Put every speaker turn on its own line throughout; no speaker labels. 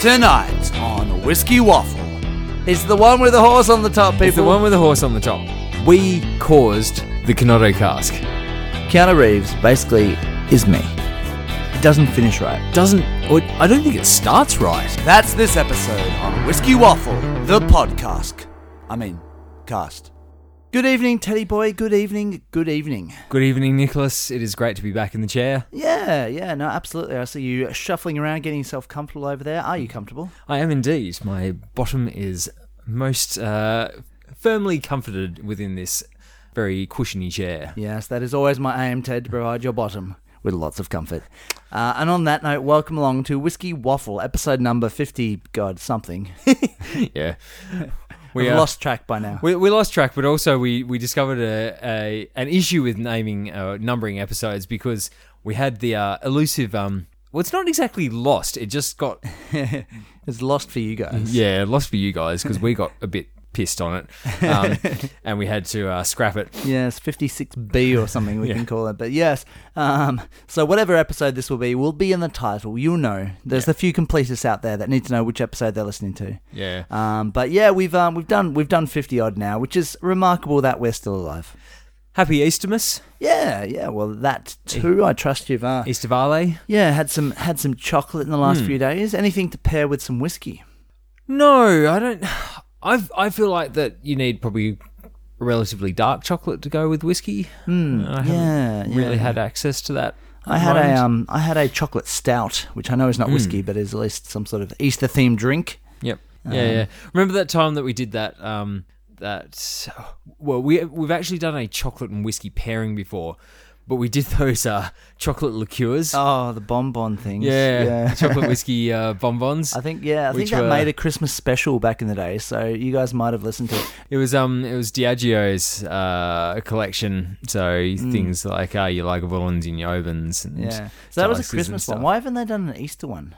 Tonight on Whiskey Waffle. It's the one with the horse on the top, people.
It's the one with the horse on the top. We caused the Canotto cask.
Keanu Reeves basically is me. It doesn't finish right.
Doesn't, or I don't think it starts right.
That's this episode on Whiskey Waffle, the podcast. I mean, cast. Good evening, Teddy Boy. Good evening. Good evening.
Good evening, Nicholas. It is great to be back in the chair.
Yeah, yeah, no, absolutely. I see you shuffling around, getting yourself comfortable over there. Are you comfortable?
I am indeed. My bottom is most uh, firmly comforted within this very cushiony chair.
Yes, that is always my aim, Ted, to provide your bottom with lots of comfort. Uh, and on that note, welcome along to Whiskey Waffle, episode number 50, God, something.
Yeah.
We
are-
have lost track by now.
We, we lost track, but also we, we discovered a, a an issue with naming uh, numbering episodes because we had the uh, elusive. Um, well, it's not exactly lost. It just got
It's lost for you guys.
yeah lost for you guys because we got a bit pissed on it, um, and we had to uh, scrap it.
Yes, 56B or something we can call it. But yes, um, so whatever episode this will be will be in the title. You'll know. There's the few completists out there that need to know which episode they're listening to.
Yeah,
Um, but yeah, we've um, we've done we've done 50 odd now, which is remarkable that we're still alive.
happy Eastermas,
Yeah, yeah. Well, that too. I trust you've uh,
Eastervale.
yeah had some had some chocolate in the
Hmm.
last few days. Anything to pair with some whiskey?
No, I don't. I've I feel like that you need probably relatively dark chocolate to go with whiskey. Mm, I haven't
Yeah,
really
yeah.
had access to that.
I had
moment.
a um I had a chocolate stout, which I know is not
Hmm.
whiskey, but is at least some sort of Easter themed drink.
Yep. yeah, yeah. Remember that time that we did that? Um, that well, we we've actually done a chocolate and whiskey pairing before, but we did those uh chocolate liqueurs.
Oh, the bonbon things.
yeah, chocolate whiskey uh, bonbons.
I think yeah, I
Which
think that
were-
made a Christmas special back in the day, so you guys might have listened to it.
It was um, it was Diageo's uh collection. So things like uh, your Lagavulins and your Ovens and
Mm. Yeah. So that was a
Talises and
Christmas one.
stuff.
Why haven't they done an Easter one?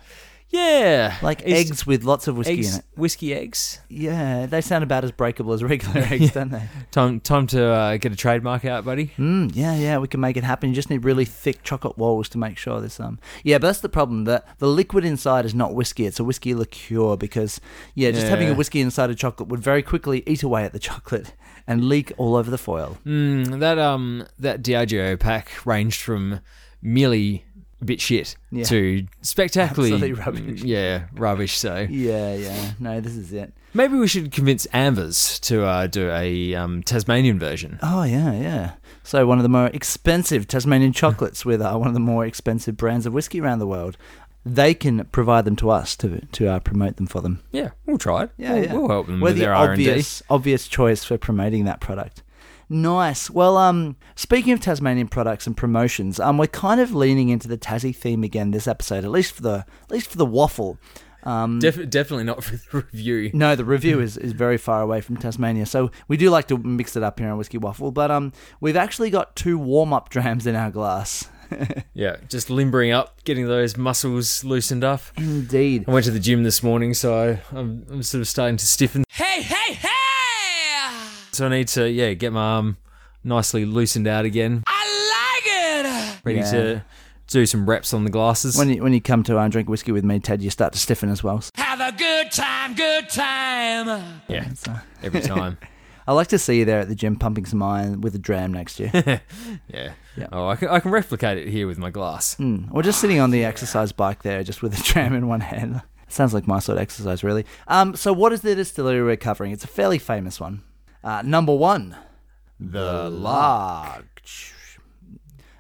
Yeah,
Like
It's-
eggs with lots of whiskey
eggs,
in it.
whiskey eggs.
Yeah, they sound about as breakable as regular eggs, don't they?
Time, time to uh, get a trademark out, buddy.
Mm, yeah, yeah, we can make it happen. You just need really thick chocolate walls to make sure there's um. Yeah, but that's the problem. The the liquid inside is not whiskey; it's a whiskey liqueur because yeah, just having a
Yeah.
whiskey inside a chocolate would very quickly eat away at the chocolate and leak all over the foil.
Mm, that um that Diageo pack ranged from merely a bit shit
Yeah.
to spectacularly
Absolute rubbish.
Yeah, rubbish. So
Yeah, yeah. No, this is it.
maybe we should convince Ambers to uh, do a um, Tasmanian version.
Oh yeah, yeah. So one of the more expensive Tasmanian chocolates with uh, one of the more expensive brands of whiskey around the world. They can provide them to us to to uh, promote them for them.
Yeah, we'll try it.
Yeah,
we'll,
yeah.
we'll help them
We're
Mm, with
the
their R and D.
obvious, obvious choice for promoting that product. Nice. Well, um, speaking of Tasmanian products and promotions, um, we're kind of leaning into the Tassie theme again this episode, at least for the at least for the waffle. Um,
definitely not for the review.
no, the review
Hmm.
is, is very far away from Tasmania, so we do like to mix it up here on Whiskey Waffle. But um, we've actually got two warm up drams in our glass.
Yeah, just limbering up, getting those muscles loosened up.
Indeed.
I went to the gym this morning, so I, I'm, I'm sort of starting to stiffen. Hey, hey, hey! So I need to, yeah, get my arm nicely loosened out again. I like it! Ready
Yeah.
to do some reps on the glasses.
When you, when you come to uh, drink whiskey with me, Ted, you start to stiffen as well.
yeah, every time.
I like to see you there at the gym pumping some iron with a dram next year.
Yeah.
Yeah.
Oh, I can, I can replicate it here with my glass.
Or just sitting on the exercise bike there, just with a tram in one hand. Sounds like my sort of exercise, really. Um, so, what is the distillery we're covering? It's a fairly famous one. Uh, number one,
The
Large.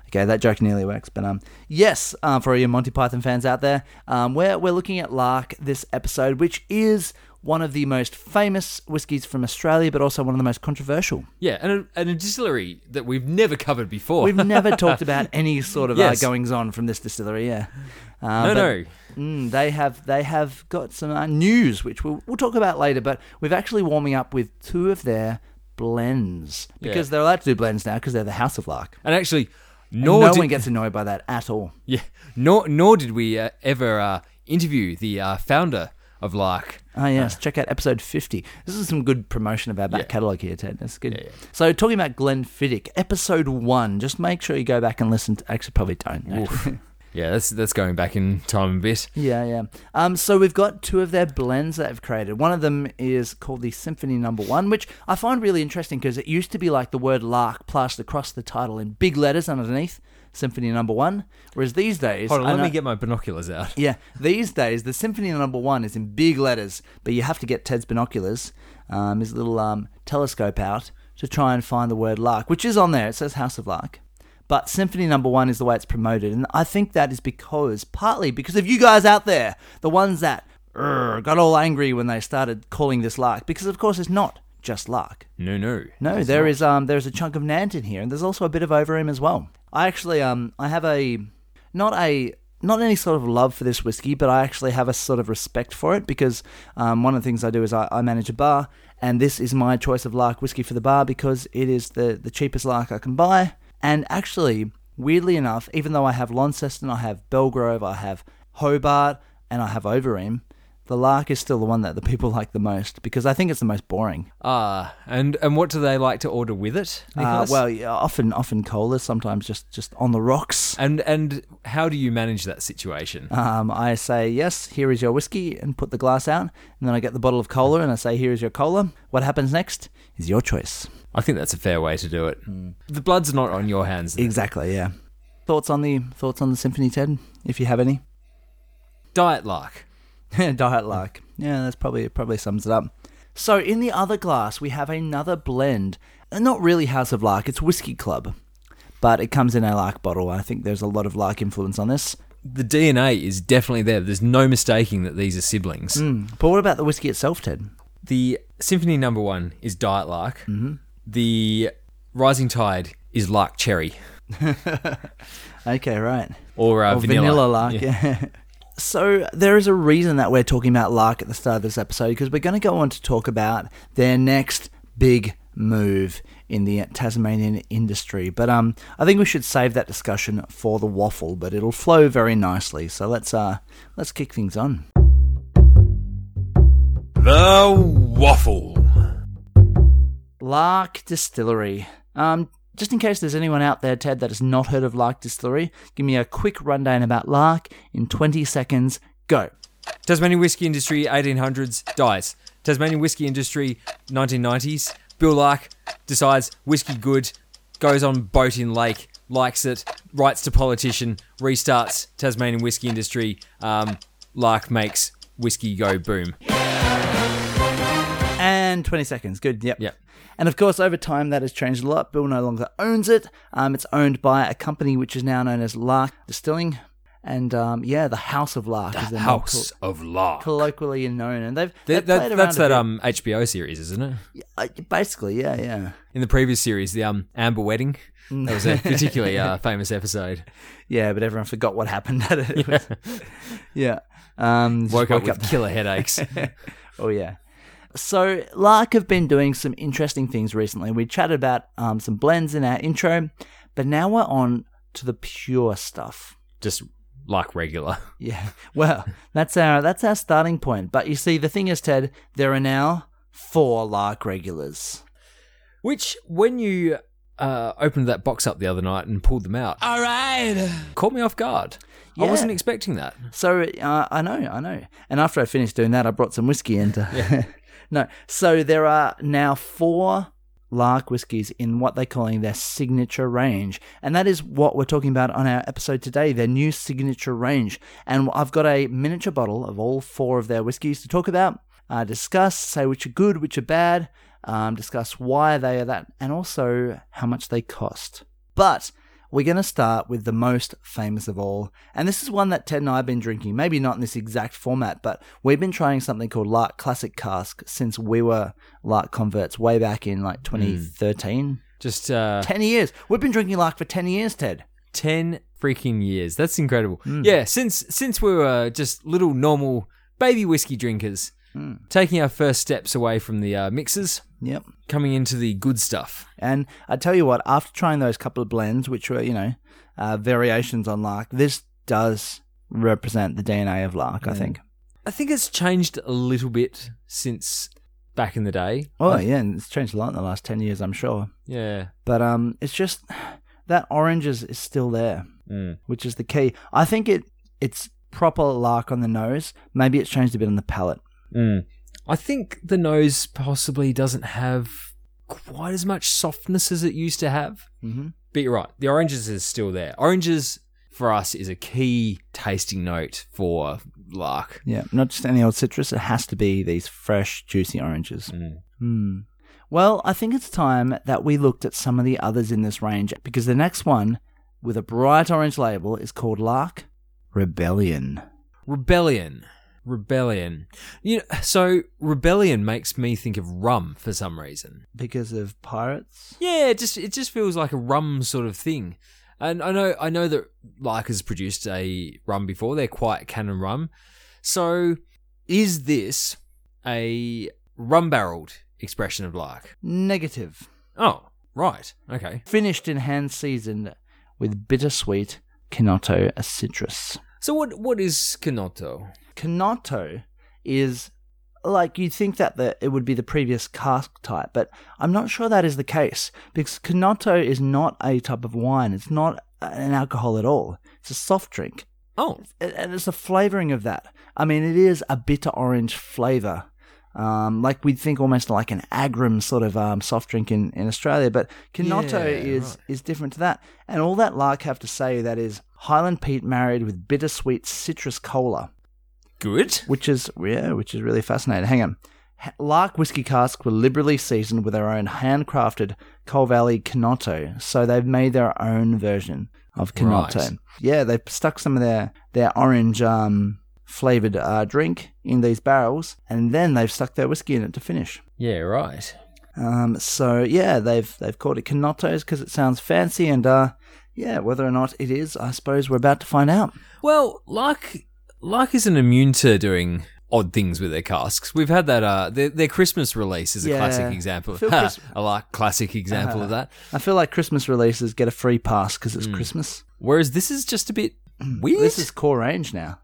Okay, that joke nearly works, but um, yes, uh, for all your Monty Python fans out there, um, we're we're looking at Lark this episode, which is one of the most famous whiskies from Australia, but also one of the most controversial.
Yeah, and a, and a distillery that we've never covered before.
We've never talked about any sort of
Yes.
uh, goings on from this distillery, yeah. Uh, but-
no, no.
Mm, they have they have got some uh, news which we'll, we'll talk about later. But we've actually warming up with two of their blends because
Yeah.
they're allowed to do blends now because they're the House of Lark.
And actually,
No,
nor did,
one gets annoyed by that at all.
yeah, nor nor did we uh, ever uh, interview the uh, founder of Lark.
Ah, yes, check out episode fifty. This is some good promotion of our back
Yeah.
catalogue here, Ted. That's good.
yeah.
So talking about Glenfiddich, episode one. Just make sure you go back and listen. to Actually, probably don't. actually.
Yeah, that's that's going back in time a bit.
Yeah, yeah. Um, so we've got two of their blends that I've created. One of them is called the Symphony Number One, which I find really interesting because it used to be like the word lark plastered across the title in big letters underneath Symphony Number One, whereas these days,
Hold on,
I
let
know-
me get my binoculars out.
yeah, these days the Symphony Number One is in big letters, but you have to get Ted's binoculars, um, his little um, telescope out to try and find the word Lark, which is on there. It says House of Lark, but Symphony Number One is the way it's promoted, and I think that is because partly because of you guys out there, the ones that er, got all angry when they started calling this Lark, because of course it's not just Lark.
No, no.
No, there is um there is a chunk of Nant in here, and there's also a bit of Overeem as well. I actually um I have a not a not any sort of love for this whiskey, but I actually have a sort of respect for it because um, one of the things I do is I, I manage a bar, and this is my choice of lark whiskey for the bar because it is the the cheapest lark I can buy. And actually, weirdly enough, even though I have Launceston, I have Belgrove, I have Hobart, and I have Overeem, the lark is still the one that the people like the most because I think it's the most boring.
Ah, and and what do they like to order with it,
Uh,
Nicholas?
well, yeah, often often cola, sometimes just just on the rocks.
and and how do you manage that situation?
Um, I say yes, here is your whiskey, and put the glass out, and then I get the bottle of cola, and I say here is your cola. What happens next is your choice.
I think that's a fair way to do it. Hmm. The blood's not on your hands.
Exactly. Yeah. Thoughts on the thoughts on the symphony, Ted, if you have any.
Diet lark.
Diet lark. Yeah, that's probably probably sums it up. So in the other glass, we have another blend. Uh, Not really House of Lark. It's Whiskey Club, but it comes in a lark bottle. I think there's a lot of lark influence on this.
The DNA is definitely there. There's no mistaking that these are siblings.
Hmm, But what about the whiskey itself, Ted?
The symphony number one is diet lark.
Mm-hmm.
The rising tide is lark cherry
Okay, right.
or, uh,
or vanilla, lark. Yeah. so there is a reason that we're talking about lark at the start of this episode because we're going to go on to talk about their next big move in the Tasmanian industry. But um, I think we should save that discussion for the waffle, but it'll flow very nicely. So let's uh, let's kick things on.
The waffle.
Lark Distillery. Um, just in case there's anyone out there, Ted, that has not heard of Lark Distillery, give me a quick rundown about Lark in 20 seconds. Go.
Tasmanian whiskey industry 1800s dies. Tasmanian whiskey industry 1990s. Bill Lark decides whiskey good, goes on boat in lake, likes it, writes to politician, restarts Tasmanian whiskey industry. Um, Lark makes whiskey go boom.
And 20 seconds. Good. Yep.
Yep.
And of course, over time, that has changed a lot. Bill no longer owns it. Um, it's owned by a company which is now known as Lark Distilling. And um, yeah, the House of Lark is the name
House of Lark.
col- colloquially known. And they've,
That-
they've
that-
played around
that's
a
that
bit.
um, HBO series, isn't it?
Uh, Basically, yeah, yeah.
In the previous series, the um, Amber Wedding. That was a particularly uh, famous episode.
Yeah, but everyone forgot what happened at it. It was- Yeah. Um, just
Woke, up, with killer headaches.
Oh yeah. So Lark have been doing some interesting things recently. We chatted about um, some blends in our intro, but now we're on to the pure stuff.
Just like regular.
Yeah. Well, that's our that's our starting point. But you see, the thing is, Ted, there are now four Lark regulars.
Which, when you uh, opened that box up the other night and pulled them out, all right, caught me off guard. I
Yeah.
wasn't expecting that.
So uh, I know, I know. And after I finished doing that, I brought some whiskey in. To... no, so there are now four Lark whiskies in what they're calling their signature range, and that is what we're talking about on our episode today. Their new signature range, and I've got a miniature bottle of all four of their whiskies to talk about, uh, discuss, say which are good, which are bad, um, discuss why they are that, and also how much they cost. But we're going to start with the most famous of all. And this is one that Ted and I have been drinking, maybe not in this exact format, but we've been trying something called Lark Classic Cask since we were Lark converts way back in like 2013.
Just uh,
10 years. We've been drinking Lark for 10 years, Ted.
ten freaking years. That's incredible.
Hmm.
Yeah, since since we were just little normal baby whiskey drinkers,
Hmm.
taking our first steps away from the uh, mixers,
Yep.
coming into the good stuff.
And I tell you what, after trying those couple of blends, which were, you know, uh, variations on Lark, this does represent the DNA of Lark, I think.
I think it's changed a little bit since back in the day.
Oh, yeah, and it's changed a lot in the last 10 years, I'm sure.
Yeah.
But um, it's just that orange is, is still there. which is the key. I think it it's proper lark on the nose. Maybe it's changed a bit on the palate.
I think the nose possibly doesn't have quite as much softness as it used to have.
Mm-hmm.
But you're right, the oranges is still there. Oranges for us is a key tasting note for lark.
Yeah, not just any old citrus. It has to be these fresh, juicy oranges.
Mm.
Hmm. Well, I think it's time that we looked at some of the others in this range because the next one with a bright orange label is called Lark Rebellion.
Rebellion. Rebellion. You know, so rebellion makes me think of rum for some reason.
Because of pirates?
Yeah, it just it just feels like a rum sort of thing. And I know I know that Lark has produced a rum before. They're quite canon rum. So is this a rum barreled expression of Lark?
Negative.
Oh, right. Okay.
Finished in hand seasoned with bittersweet Kenoto a citrus.
So what what is Kenoto?
Kenoto is like you'd think that the, it would be the previous cask type, but I'm not sure that is the case because Kenoto is not a type of wine. It's not an alcohol at all. It's a soft drink,
Oh,
and- and it's the flavoring of that. I mean, it is a bitter orange flavor, um, like we'd think almost like an agrum sort of um, soft drink in, in Australia. But Kenoto
Yeah,
is
right.
is different to that, and all that Lark have to say that is Highland peat married with bittersweet citrus cola
good.
which is yeah, which is really fascinating. Hang on. H- Lark whiskey casks were liberally seasoned with their own handcrafted Coal Valley Kenoto, so they've made their own version of Kenoto.
Right.
Yeah, they've stuck some of their their orange um, flavored uh, drink in these barrels, and then they've stuck their whiskey in it to finish.
Yeah, right.
Um, so yeah, they've they've called it Kenotos because it sounds fancy, and uh, yeah, whether or not it is, I suppose we're about to find out.
Well, Lark Lark isn't immune to doing odd things with their casks. We've had that. Uh, their, their Christmas release is a
Yeah.
classic example. Of,
Phil Uh-huh.
ha,
Chris-
a Lark classic example of that.
I feel like Christmas releases get a free pass because it's Christmas.
Whereas this is just a bit weird.
Mm, This is core range now.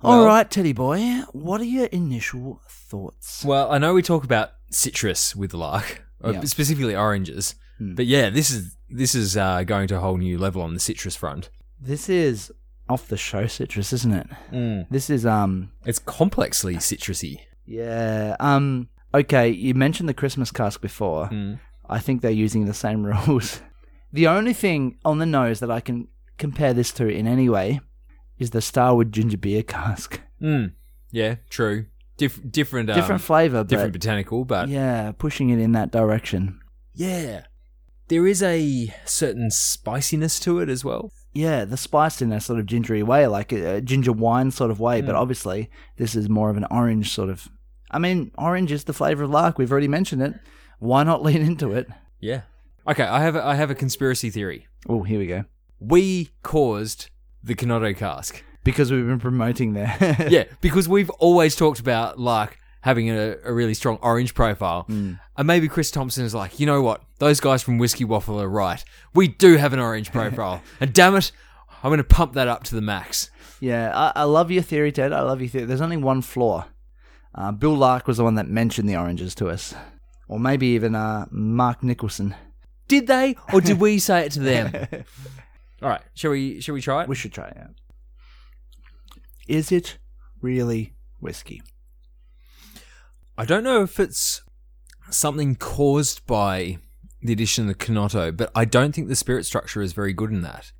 All
Well-
right, Teddy boy, what are your initial thoughts?
well, I know we talk about citrus with Lark, or
Yeah. Hmm.
specifically oranges, but yeah, this is this is uh, going to a whole new level on the citrus front.
This is off the show citrus, isn't it? This is um
It's complexly citrusy.
yeah, um okay, you mentioned the Christmas cask before.
Mm.
I think they're using the same rules. The only thing on the nose that I can compare this to in any way is the Starwood ginger beer cask.
Mm. Yeah, true. Dif- different, um,
different flavor, but
different botanical, but
yeah, pushing it in that direction.
Yeah. There is a certain spiciness to it as well.
yeah, the spice in a sort of gingery way, like a, a ginger wine sort of way. But
Mm.
obviously, this is more of an orange sort of. I mean, orange is the flavor of lark. We've already mentioned it. Why not lean into it?
Yeah. Okay, I have a, I have a conspiracy theory.
Oh, here we go.
We caused the Kenoto cask.
Because we've been promoting there.
yeah, because we've always talked about Lark having a, a really strong orange profile. And maybe Chris Thompson is like, you know what? Those guys from Whiskey Waffle are right. We do have an orange profile. and damn it, I'm going to pump that up to the max.
Yeah, I, I love your theory, Ted. I love your theory. There's only one flaw. Uh, Bill Lark was the one that mentioned the oranges to us, or maybe even uh, Mark Nicholson.
Did they, or did we say it to them? All right, shall we? Shall we try it?
We should try it out. Is it really whiskey?
I don't know if it's something caused by the addition of the Kenoto, but I don't think the spirit structure is very good in that.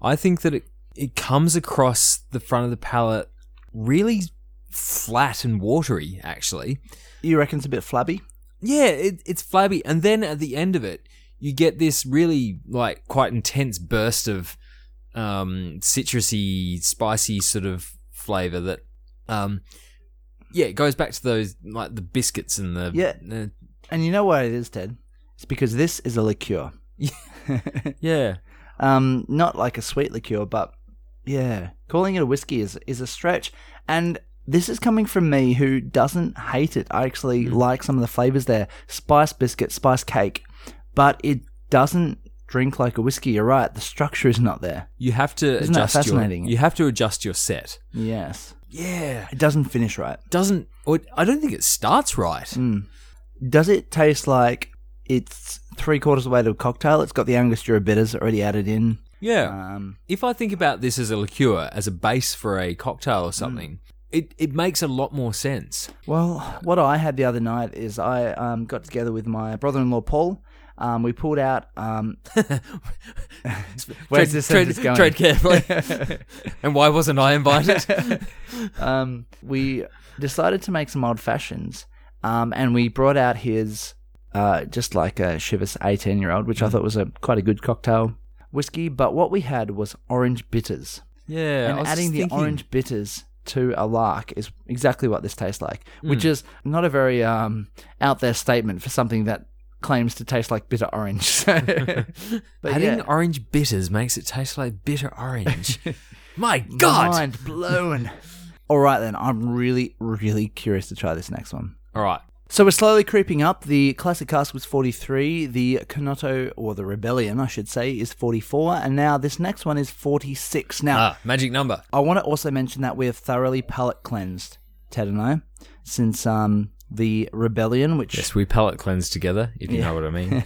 I think that it it comes across the front of the palate really flat and watery, actually.
You reckon it's a bit flabby?
Yeah, it, it's flabby, and then at the end of it, you get this really like quite intense burst of um, citrusy, spicy sort of flavor that, um, yeah, it goes back to those like the biscuits and the
Yeah.
uh,
And you know why it is, Ted? It's because this is a liqueur.
Yeah.
Um, not like a sweet liqueur, but yeah, calling it a whiskey is is a stretch. And this is coming from me who doesn't hate it. I actually like some of the flavors there: spice biscuit, spice cake, but it doesn't drink like a whiskey. You're right; the structure is not there.
You have to
Isn't that
adjust
fascinating?
your you have to adjust your set.
Yes,
Yeah.
it doesn't finish right. Hmm.
Doesn't or I don't think it starts right.
Mm. Does it taste like it's three quarters of the way to a cocktail? It's got the Angostura bitters already added in.
Yeah.
Um,
if I think about this as a liqueur, as a base for a cocktail
Mm.
or something, it, it makes a lot more sense.
well, what I had the other night is I um, got together with my brother-in-law Paul. Um, we pulled out. Um, where's
Tread-
this
tread,
sentence going?
tread carefully. and why wasn't I invited?
um, we decided to make some old fashions, um, and we brought out his uh, just like a Chivas 18 year old, which I thought was a quite a good cocktail whiskey. But what we had was orange bitters,
yeah. I
and
was
adding
just
the
thinking,
orange bitters to a lark is exactly what this tastes like, which
Mm.
is not a very um, out there statement for something that claims to taste like bitter orange. but
adding
yeah,
orange bitters makes it taste like bitter orange. My God.
mind blown. All right then, I'm really, really curious to try this next one.
All right.
So we're slowly creeping up. The classic cast was 43, the Konoto, or the Rebellion, I should say, is 44, and now this next one is 46. Now,
Ah, magic number.
I want to also mention that we have thoroughly palate cleansed, Ted and I, since um, the Rebellion, which.
Yes, we palate cleanse together, if you know what I mean.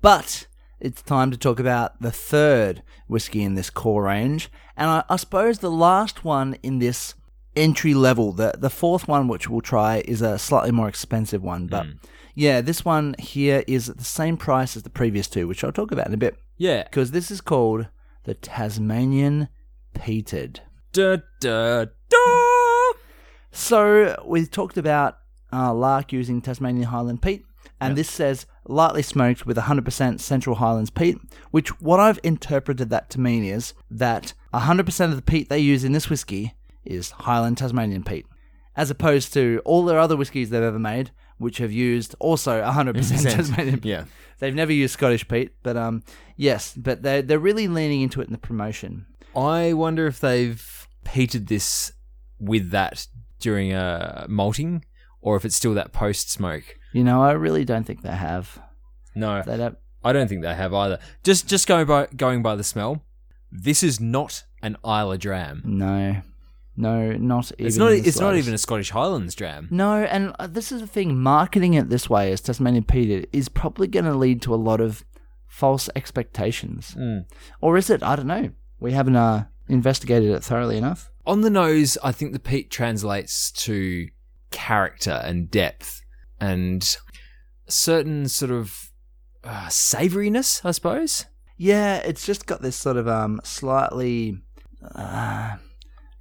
But it's time to talk about the third whiskey in this core range, and I, I suppose the last one in this entry level, the the fourth one which we'll try is a slightly more expensive one, but yeah, this one here is at the same price as the previous two, which I'll talk about in a bit,
yeah.
because this is called the Tasmanian Peated.
Da, da, da.
So we talked about uh, Lark using Tasmanian Highland peat, and this says lightly smoked with 100% Central Highlands peat. Which what I've interpreted that to mean is that 100% of the peat they use in this whiskey is Highland Tasmanian peat, as opposed to all their other whiskies they've ever made, which have used also 100% Tasmanian peat.
Yeah.
They've never used Scottish peat, but um, yes, but they're they're really leaning into it in the promotion.
I wonder if they've heated this with that during a malting, or if it's still that post smoke.
You know, I really don't think they have.
No,
They don't.
I don't think they have either. Just just going by going by the smell, this is not an Isla dram.
No, no, not even.
It's not. e,
in the
It's not
slightest.
even a Scottish Highlands dram.
No, and uh, this is the thing. Marketing it this way as Tasmanian Peter is probably going to lead to a lot of false expectations,
Mm.
or is it? I don't know. We haven't uh, investigated it thoroughly enough.
On the nose, I think the peat translates to character and depth and a certain sort of uh, savouriness, I suppose.
Yeah, it's just got this sort of um slightly uh,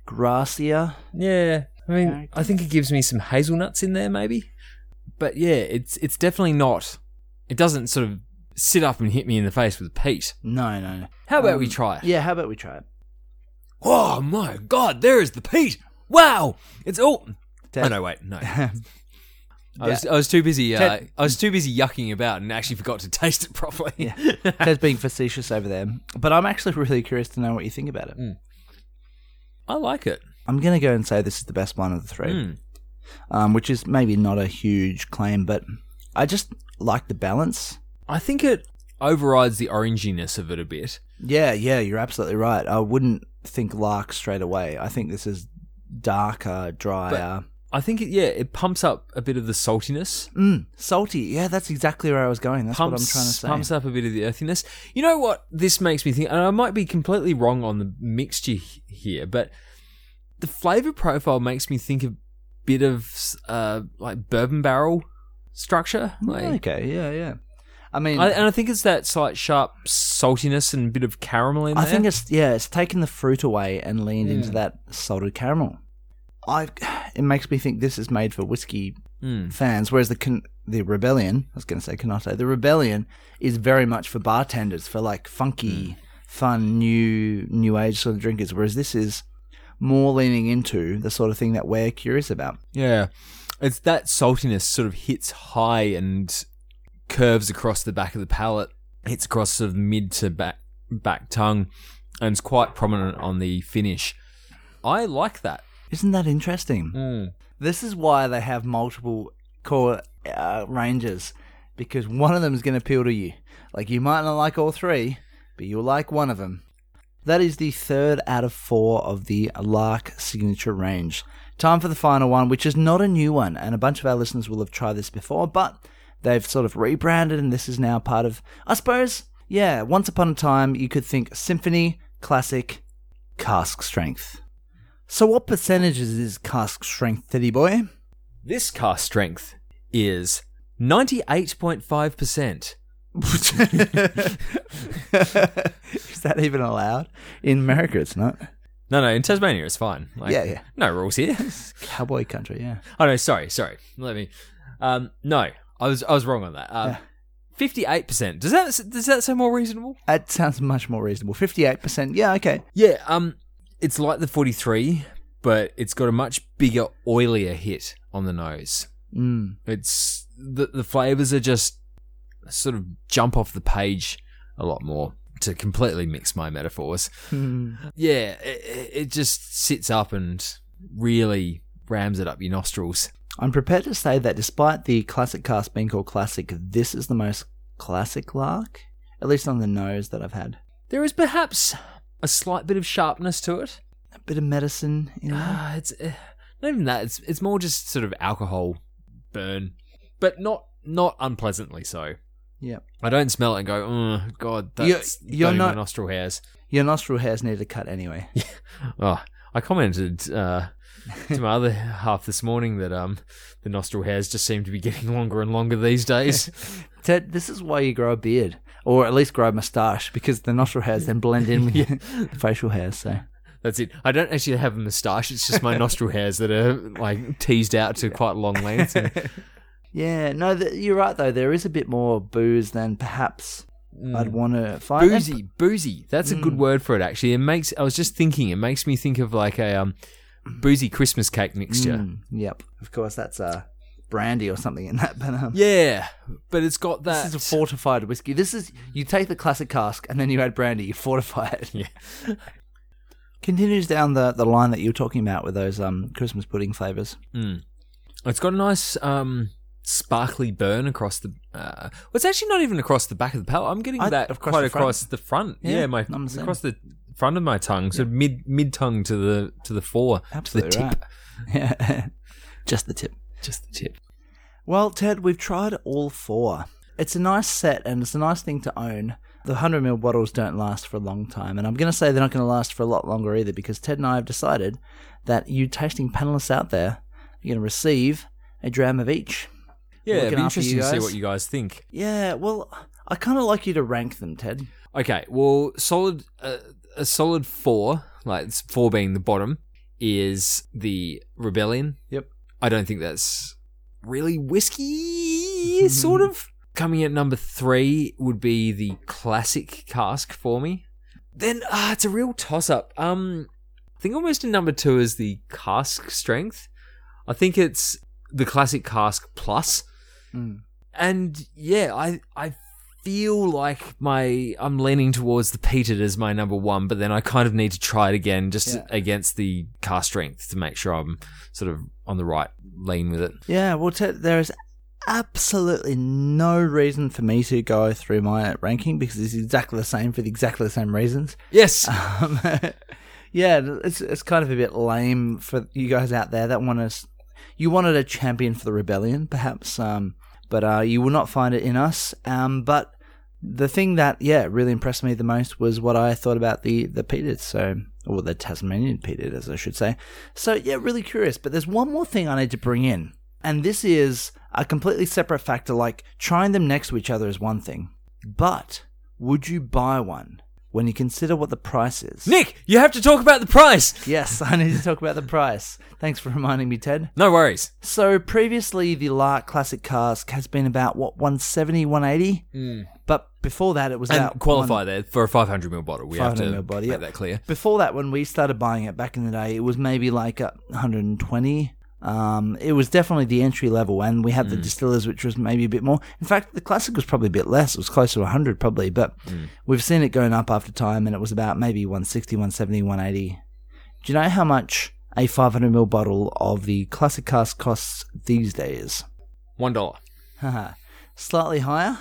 grassier.
Yeah, I mean,
Character.
I think it gives me some hazelnuts in there, maybe. But yeah, it's it's definitely not. It doesn't sort of sit up and hit me in the face with peat.
No, no, no.
How about
Um,
we try it?
Yeah, how about we try it?
Oh my god, there is the peat! Wow, it's all.
Ted.
Oh no, wait, no. I was, I was too busy. Uh,
Ted-
I was too busy yucking about and actually forgot to taste it properly.
Ted's being facetious over there, but I'm actually really curious to know what you think about it.
I like it.
I'm gonna go and say this is the best one of the three.
Mm.
um, which is maybe not a huge claim, but I just like the balance.
I think it overrides the oranginess of it a bit.
Yeah, yeah, you're absolutely right. I wouldn't think Lark straight away. I think this is darker, drier,
I think it, yeah, it pumps up a bit of the saltiness.
mm, salty. Yeah, that's exactly where I was going. That's what I'm trying to say.
pumps up a bit of the earthiness. You know what this makes me think, and I might be completely wrong on the mixture h- here, but the flavor profile makes me think a bit of s- uh, like bourbon barrel structure. Like,
okay, yeah, yeah. I mean,
I,
I,
and I think it's that slight sharp saltiness and bit of caramel in there.
think it's yeah, it's taken the fruit away and leaned into that salted caramel. I, it makes me think this is made for whiskey
Mm.
fans, whereas the con- the rebellion, I was going to say Canotto, the rebellion is very much for bartenders, for like funky, fun, new new age sort of drinkers. Whereas this is more leaning into the sort of thing that we're curious about.
Yeah, it's that saltiness sort of hits high and curves across the back of the palate, hits across sort of mid to back back tongue, and it's quite prominent on the finish. I like that.
Isn't that interesting?
Hmm.
This is why they have multiple core uh, ranges because one of them is going to appeal to you. Like you might not like all three, but you'll like one of them. That is the third out of four of the Lark signature range. Time for the final one, which is not a new one, and a bunch of our listeners will have tried this before, but they've sort of rebranded, and this is now part of, I suppose, Yeah, once upon a time, you could think symphony, classic, cask strength. So, what percentages is cask strength, Teddy boy?
This car strength is 98.5%.
is that even allowed? In America, it's not.
No, no, in Tasmania it's fine. Like,
Yeah, yeah.
No rules here.
Cowboy country, yeah.
oh no, sorry, sorry. Let me. Um, no, I was I was wrong on that. Um,
Yeah.
Fifty-eight percent. Does that does that sound more reasonable?
That sounds much more reasonable. 58%, yeah, okay.
Yeah. Um, it's like the forty-three, but it's got a much bigger, oilier hit on the nose.
Mm.
It's the the flavors are just sort of jump off the page a lot more. To completely mix my metaphors,
Hmm.
yeah, it, it just sits up and really rams it up your nostrils.
I'm prepared to say that despite the classic cast being called classic, this is the most classic lark, at least on the nose that I've had.
There is perhaps a slight bit of sharpness to it.
A bit of medicine in there.
Ah, it's uh, not even that. It's it's more just sort of alcohol burn, but not not unpleasantly so.
yeah.
I don't smell it and go, oh God,
You're-
that's
you're
burning my
not-
nostril hairs.
Your nostril hairs need a cut anyway.
Oh, I commented uh, to my other half this morning that um the nostril hairs just seem to be getting longer and longer these days.
Ted, this is why you grow a beard, or at least grow a moustache, because the nostril hairs then blend in with your facial hairs. So
that's it. I don't actually have a moustache. It's just my nostril hairs that are like teased out to quite long lengths. and-
yeah, no, th you're right though. There is a bit more booze than perhaps I'd want to find. Mm, And
Hmm. boozy, boozy. That's a
Hmm.
good word for it. Actually, it makes. I was just thinking. It makes me think of like a um, boozy Christmas cake mixture.
Mm, yep. Of course, that's uh, brandy or something in that. But um,
Yeah, but it's got that.
this is a fortified whiskey. This is you take the classic cask and then you add brandy. You fortify it.
Yeah.
Continues down the, the line that you were talking about with those um Christmas pudding flavors.
Mm. It's got a nice um, sparkly burn across the. Uh, well, it's actually not even across the back of the palate. I'm getting
I-
that
across
quite
the front.
across the front. Yeah,
Yeah,
my
I'm the same.
across the front of my tongue, so mid mid tongue to the to the fore, to
Absolutely
the tip,
right. Yeah. Just the tip.
just the tip.
Well, Ted, we've tried all four. It's a nice set and it's a nice thing to own. The 100ml bottles don't last for a long time, and I'm going to say they're not going to last for a lot longer either because Ted and I have decided that you tasting panelists out there are going to receive a dram of each.
Yeah, it'd
Looking
be
after
interesting
you
to see
guys.
what you guys think.
Yeah, well, I kind of like you to rank them, Ted.
Okay, well, solid uh, a solid four, like it's four being the bottom, is the rebellion.
Yep.
I don't think that's really whiskey, sort of. Coming at number three would be the classic cask for me. Then ah, it's a real toss up. Um, I think almost in number two is the cask strength. I think it's the classic cask plus
Hmm.
and yeah, I I feel like my I'm leaning towards the peated as my number one, but then I kind of need to try it again just
Yeah.
against the car strength to make sure I'm sort of on the right lane with it.
Yeah, well, Ted, there is absolutely no reason for me to go through my ranking because it's exactly the same for the exactly the same reasons.
Yes,
Um, yeah, it's it's kind of a bit lame for you guys out there that want us. You wanted a champion for the rebellion, perhaps, um, but uh, you will not find it in us. Um, but the thing that yeah really impressed me the most was what I thought about the the Peters, so or the Tasmanian Peters, as I should say. So yeah, really curious. But there's one more thing I need to bring in, and this is a completely separate factor. Like trying them next to each other is one thing, but would you buy one when you consider what the price is?
Nick, you have to talk about the price.
Yes, I need to talk about the price. Thanks for reminding me, Ted.
No worries.
So previously, the Lark Classic Cask has been about what 170, 180, but before that, it was
And
about
qualify there for a 500 ml bottle. We have to
500 ml bottle,
make
yep.
that clear.
before that when we started buying it back in the day it was maybe like a 120 um, it was definitely the entry level and we had the distillers which was maybe a bit more in fact the classic was probably a bit less it was closer to 100 probably but we've seen it going up after time and it was about maybe 160 170 180 do you know how much a 500ml bottle of the classic cask costs these days
One dollar.
Haha. slightly higher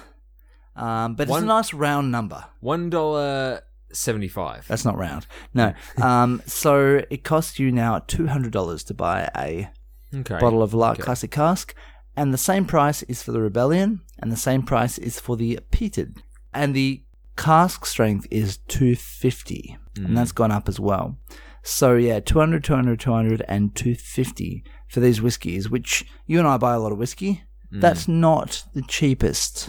um, but it's
One-
a nice round number
One dollar seventy-five.
that's not round. No. Um, so it costs you now two hundred dollars to buy a
Okay.
bottle of Lark Classic Cask, and the same price is for the Rebellion, and the same price is for the Peated, and the cask strength is 250, and that's gone up as well. So, yeah, 200, 200, 200, and 250 for these whiskies, which you and I buy a lot of whiskey.
Mm.
That's not the cheapest.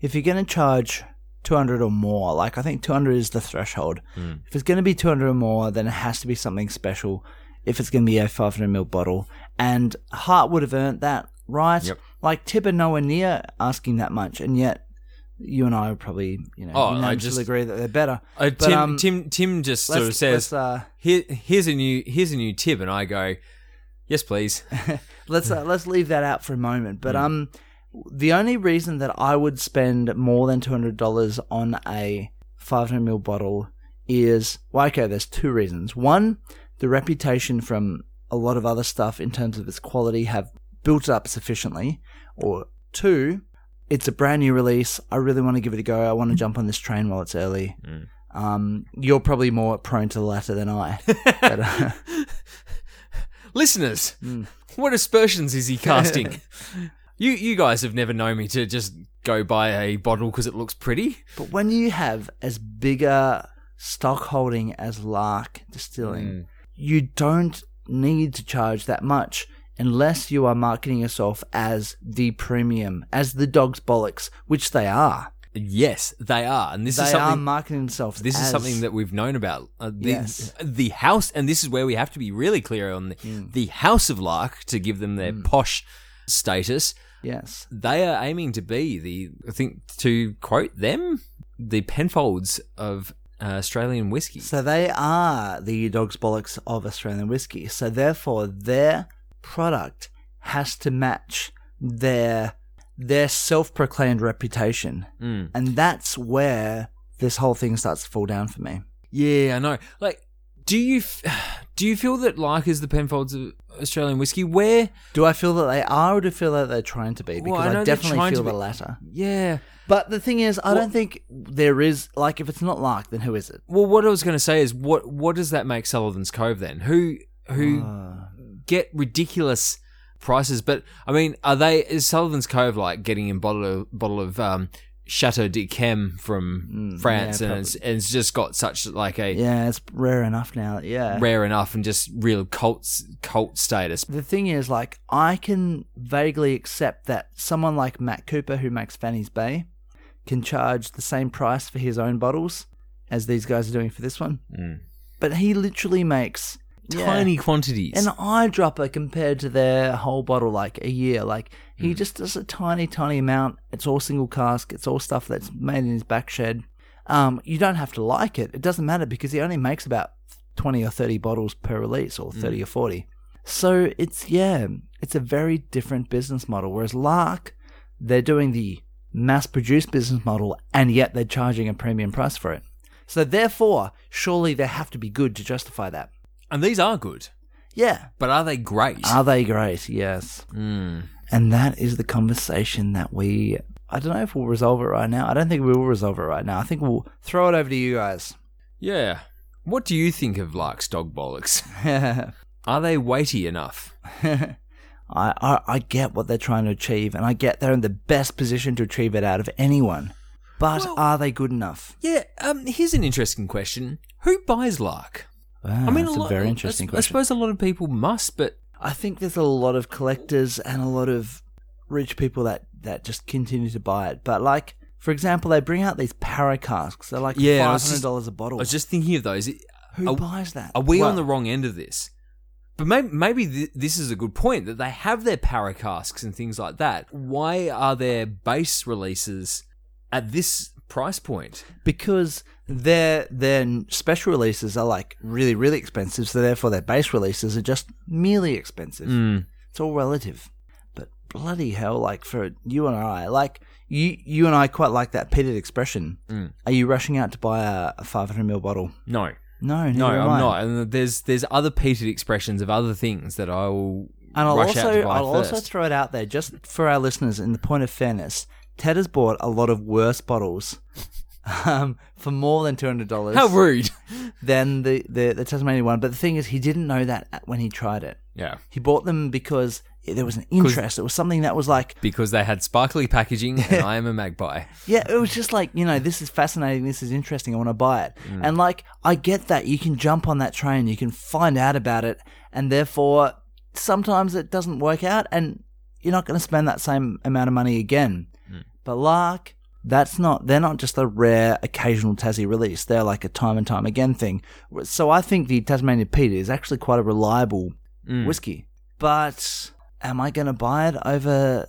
If you're going to charge 200 or more, like I think 200 is the threshold.
Mm.
If it's going to be 200 or more, then it has to be something special. If it's going to be a 500ml bottle, and Hart would have earned that, right?
Yep.
Like Tip are nowhere near asking that much, and yet you and I would probably, you know,
Oh, I
unanimously
just-
agree that they're better.
Uh,
But,
Tim,
um,
Tim, Tim just sort
let's-
of says,
let's, uh,
Here, here's a new, here's a new tip, and I go, yes, please.
let's uh, let's leave that out for a moment. But um, the only reason that I would spend more than two hundred dollars on a five hundred ml bottle is well, okay. There's two reasons. One, the reputation from a lot of other stuff in terms of its quality have built up sufficiently, or two, it's a brand new release. I really want to give it a go. I want to jump on this train while it's early. Um, you're probably more prone to the latter than I. but, uh,
Listeners,
Hmm.
what aspersions is he casting? you, you guys have never known me to just go buy a bottle because it looks pretty.
But when you have as big a stock holding as Lark Distilling,
Mm. Hmm.
you don't need to charge that much unless you are marketing yourself as the premium, as the dog's bollocks, which they are.
Yes, they are, and this
They
is
are
something.
marketing themselves.
this
as-
is something that we've known about. Uh, the,
Yes.
the house, and this is where we have to be really clear on the, the House of Lark to give them their
Hmm.
posh status.
yes,
They are aiming to be the, I think, to quote them, the Penfolds of uh, Australian whiskey.
so they are the dog's bollocks of Australian whiskey. So therefore, their product has to match their their self-proclaimed reputation.
Mm.
And that's where this whole thing starts to fall down for me.
Yeah, I know. Like, do you f- do you feel that Lark is the Penfolds of Australian whiskey? Where?
Do I feel that they are or do I feel that they're trying to be? Because
Well, I know
I,
they're
definitely
trying
feel
to
the
be.
latter.
Yeah.
But the thing is, I
Well-
don't think there is, like, if it's not Lark, then who is it?
Well, what I was going to say is, what what does that make Sullivan's Cove then? Who who
Uh,
get ridiculous prices? But I mean, are they is Sullivan's Cove like getting a bottle of bottle of um, Chateau de Chem from
Mm,
France,
yeah,
and, it's, and it's just got such like a
yeah, it's rare enough now. Yeah.
rare enough and just real cult cult status.
the thing is, like, I can vaguely accept that someone like Matt Cooper, who makes Fanny's Bay, can charge the same price for his own bottles as these guys are doing for this one.
Mm.
But he literally makes Yeah.
Tiny quantities.
an eyedropper compared to their whole bottle, like a year. Like he just does a tiny, tiny amount. It's all single cask. It's all stuff that's made in his back shed. Um, you don't have to like it. It doesn't matter because he only makes about twenty or thirty bottles per release, or thirty or forty. So it's yeah, it's a very different business model. Whereas Lark, they're doing the mass-produced business model, and yet they're charging a premium price for it. So therefore, surely they have to be good to justify that.
and these are good.
Yeah,
But are they great?
are they great? Yes.
Mm.
And that is the conversation that we. I don't know if we'll resolve it right now. I don't think we will resolve it right now. I think we'll throw it over to you guys.
Yeah. What do you think of Lark's dog bollocks?
I,
Are they weighty enough?
I I get what they're trying to achieve, and I get they're in the best position to achieve it out of anyone. But
Well-
are they good enough?
Yeah. Um. Here's an interesting question: Who buys Lark?
Wow, Ah, that's a,
lot-
very interesting
I,
question.
I suppose a lot of people must, but
I think there's a lot of collectors and a lot of rich people that, that just continue to buy it. But like, for example, they bring out these para casks. They're like
Yeah, I
five
was just-
hundred dollars a
I
bottle.
was just thinking of those.
Who
Are-
buys that?
Are we on
Well,
the wrong end of this? But maybe, maybe th- this is a good point that they have their para casks and things like that. Why are their base releases at this price point?
because their their special releases are like really really expensive, so therefore their base releases are just merely expensive.
Mm. Hmm.
It's all relative. But bloody hell, like for you and I, like you you and I quite like that pitted expression.
Mm.
Are you rushing out to buy a, a 500 ml bottle?
No,
No,
no,
neither am I.
I'm not. And there's there's other peated expressions of other things that I will
And I'll
rush
also
out to buy
I'll
first.
also throw it out there just for our listeners in the point of fairness. Ted has bought a lot of worse bottles um, for more than two hundred dollars
How rude.
than the, the the Tasmanian one. But the thing is, he didn't know that at- when he tried it.
Yeah.
He bought them because there was an interest. It was something that was like,
Because they had sparkly packaging and I am a magpie.
yeah, it was just like, you know, this is fascinating. This is interesting. I want to buy it. And like, I get that. You can jump on that train. You can find out about it. And therefore, sometimes it doesn't work out and you're not going to spend that same amount of money again. But Lark, that's not, they're not just a rare occasional Tassie release. They're like a time and time again thing. So I think the Tasmanian Pete is actually quite a reliable
Mm.
whiskey. But am I going to buy it over,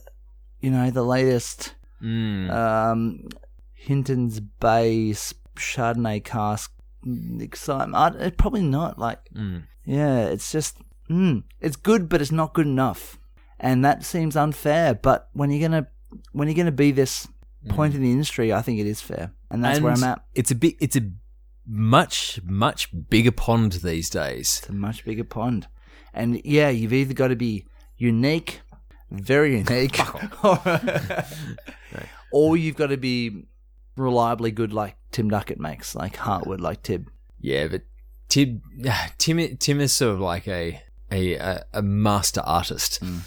you know, the latest
Mm.
um, Hinton's Bay s- Chardonnay cask excitement? I, it- probably not. Like,
Mm.
yeah, it's just, mm, it's good, but it's not good enough, and that seems unfair. But when you're gonna when you're gonna be this point in the industry, I think it is fair, and that's where
And
I'm at.
It's a big it's a much, much bigger pond these days.
It's a much bigger pond. And yeah, you've either got to be unique, very unique, or, or you've got to be reliably good like Tim Duckett makes, like Hartwood, like Tib.
Yeah, but Tim Tim Tim is sort of like a a a- a master artist.
Mm,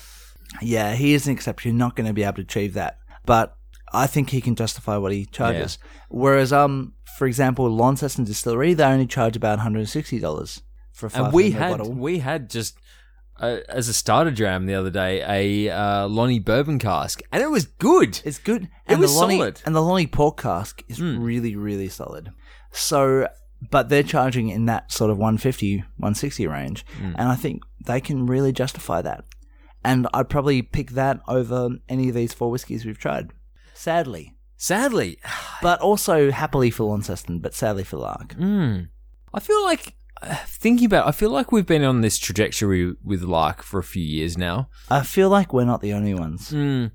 Yeah, he is an exception. You're not going to be able to achieve that. But I think he can justify what he charges. Whereas, um, for example, Launceston Distillery, they only charge about $160 for a
And
500
we had
bottle.
we had just uh, as a starter dram the other day a uh, Lonnie bourbon cask, and it was good.
It's good.
It was
the Lonnie,
solid. Hmm.
And the Lonnie pork cask is really, really solid. So, but they're charging in that sort of 150, 160 range.
Hmm.
And I think they can really justify that. And I'd probably pick that over any of these four whiskies we've tried. Sadly.
Sadly,
But also happily for Launceston, but sadly for Lark.
mm, I feel like uh, thinking about. It, I feel like we've been on this trajectory with Lark for a few years now.
I feel like we're not the only ones.
Mm.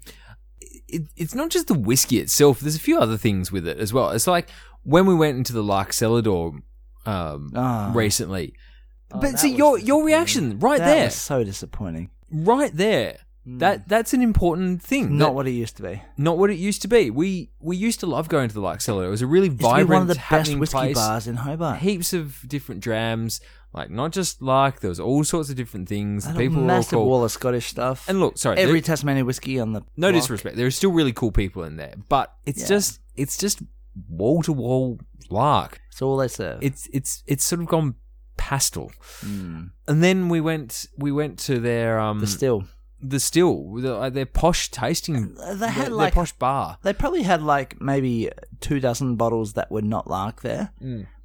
It, it's not just the whiskey itself. There's a few other things with it as well. It's like when we went into the Lark Celador um,
Ah.
recently.
Oh,
but
that
see
was
your your
disappointing.
reaction right
that
there,
was so disappointing.
right there. That that's an important thing.
Not
That-
what it used to be.
not what it used to be. We we used to love going to the Larkcello. It was a really
It's to be
vibrant,
one of the best
happening
whiskey
place.
bars in Hobart.
Heaps of different drams, like not just Lark. There was all sorts of different things.
That
people were all
massive
cool.
wall of Scottish stuff.
And look, sorry,
every
there-
Tasmanian whiskey on the
no
block.
disrespect. There are still really cool people in there, but it's
Yeah.
just it's just wall to wall Lark.
It's all they serve.
It's it's it's sort of gone pastel. And then we went we went to their um
the Mm. still.
the still the, like their posh tasting
They had
their- their
like-
posh bar.
They probably had like maybe two dozen bottles that were not Lark there.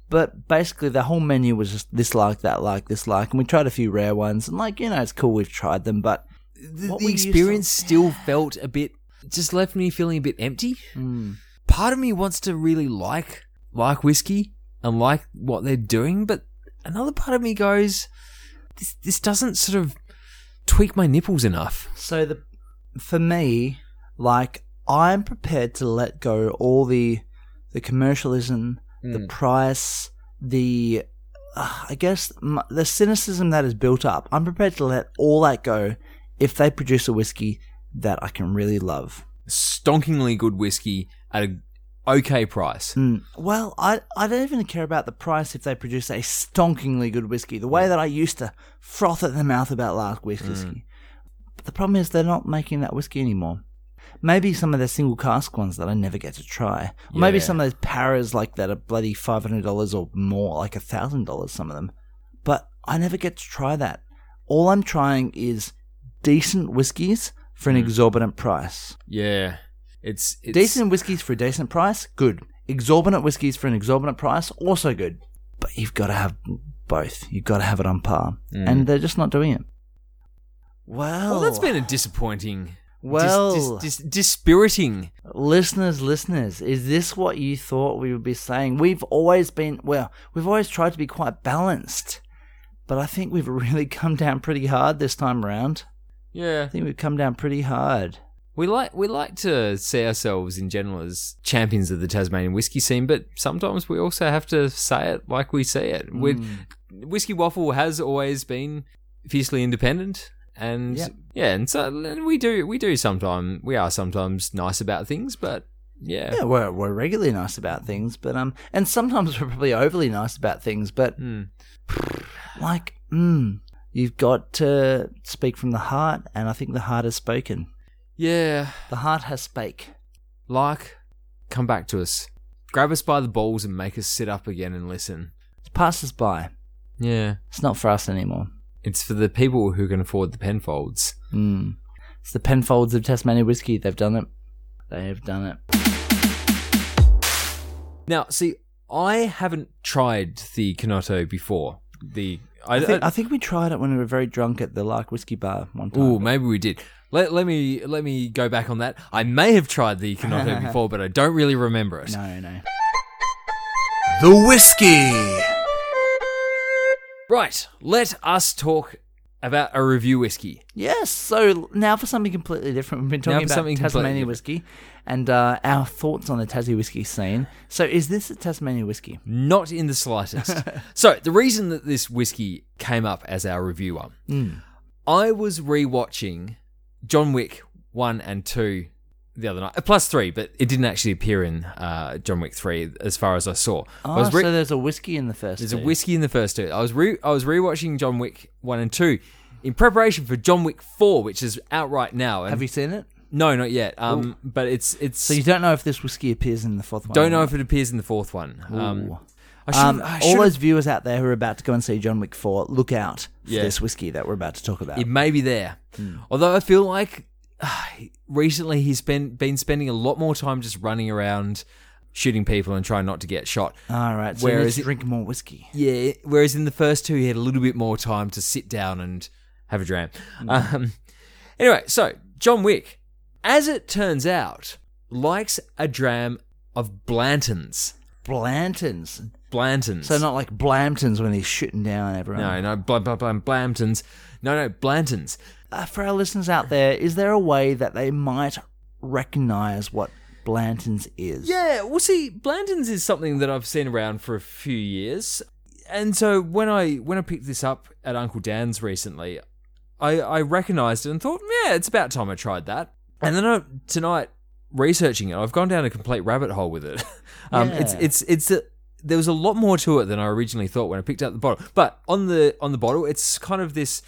But basically, the whole menu was just this Lark, that Lark, this Lark. And we tried a few rare ones. And like, you know, it's cool we've tried them, but.
the,
what
the
we used to-
experience still felt a bit just left me feeling a bit empty
Mm.
part of me wants to really like like whiskey and like what they're doing but another part of me goes this, this doesn't sort of tweak my nipples enough
So the for me, like I'm prepared to let go all the the commercialism, the price, the uh, I guess m the cynicism that is built up. I'm prepared to let all that go if they produce a whiskey that I can really love.
stonkingly good whiskey at a okay price
Mm. Well, I I don't even care about the price if they produce a stonkingly good whiskey. The way that I used to froth at the mouth about Lark whis- whiskey. But the problem is they're not making that whiskey anymore. Maybe some of their single cask ones that I never get to try. Or Maybe
Yeah.
some of those paras like that are bloody five hundred dollars or more, like a thousand dollars some of them. But I never get to try that. All I'm trying is decent whiskies for an exorbitant price.
yeah it's, it's
Decent whiskies for a decent price, good. Exorbitant whiskies for an exorbitant price, also good. But you've got to have both. You've got to have it on par, and they're just not doing it. Well,
well that's been a disappointing
Well.
dis, dis, dis, dispiriting
listeners, listeners, is this what you thought we would be saying? We've always been well, we've always tried to be quite balanced, but I think we've really come down pretty hard this time around.
yeah
I think we've come down pretty hard.
We like we like to see ourselves in general as champions of the Tasmanian whiskey scene, but sometimes we also have to say it like we see it. We Whiskey Waffle has always been fiercely independent, and
Yeah.
yeah, and so and we do we do sometimes we are sometimes nice about things, but Yeah.
Yeah, we're, we're regularly nice about things, but um, and sometimes we're probably overly nice about things, but
Hmm.
like, mm, you've got to speak from the heart, and I think the heart has spoken.
Yeah.
The heart has spake.
Lark, come back to us. Grab us by the balls and make us sit up again and listen.
It's passed us by.
Yeah.
It's not for us anymore.
It's for the people who can afford the penfolds.
Mm. It's the Penfolds of Tasmania whiskey. They've done it. They have done it.
Now, see, I haven't tried the Canotto before. The I,
I think, I think we tried it when we were very drunk at the Lark Whiskey Bar one time.
Ooh, maybe we did. Let, let me let me go back on that. I may have tried the Canotto before, but I don't really remember it.
No, no.
The whiskey.
Right, let us talk about a review whiskey.
Yes. So now for something completely different. We've been talking
for
about
something completely
Tasmania
different.
whiskey and uh, our thoughts on the Tassie whiskey scene. So is this a Tasmania whiskey?
Not in the slightest. so, the reason that this whiskey came up as our review one,
Hmm.
I was rewatching John Wick 1 and 2 the other night, Uh, plus 3, but it didn't actually appear in uh, John Wick 3 as far as I saw. I
Oh,
was re-
so there's a whiskey in the first.
There's a
two.
whiskey in the first two. I was re- I was rewatching John Wick one and two in preparation for John Wick four, which is out right now. And
Have you seen it?
No, not yet. Um, but it's it's.
So you don't know if this whiskey appears in the fourth one.
don't know if it appears in the fourth one. Um,
Ooh.
I should,
Um,
I
all
should've-
those viewers out there who are about to go and see John Wick 4, look out for
Yeah.
this whiskey that we're about to talk about.
It may be there.
Hmm.
Although I feel like ah, recently he's been been spending a lot more time just running around, shooting people and trying not to get shot.
all right, so
Where
let's
is it-
drink more whiskey.
Yeah, whereas in the first two, he had a little bit more time to sit down and have a dram.
Hmm.
Um, anyway, so John Wick, as it turns out, likes a dram of Blanton's.
Blantons.
Blanton's.
So not like Blamtons when he's shooting down everyone.
no, no, blam, blam, blam, Blanton's. No, no, Blanton's.
Uh, for our listeners out there, is there a way that they might recognize what Blantons is?
Yeah, well, see, Blanton's is something that I've seen around for a few years, and so when I when I picked this up at Uncle Dan's recently, I I recognised it and thought, yeah, it's about time I tried that. And then I, tonight, researching it, I've gone down a complete rabbit hole with it. um, It's
Yeah.
it's it's a, there was a lot more to it than I originally thought when I picked up the bottle. But on the on the bottle, it's kind of this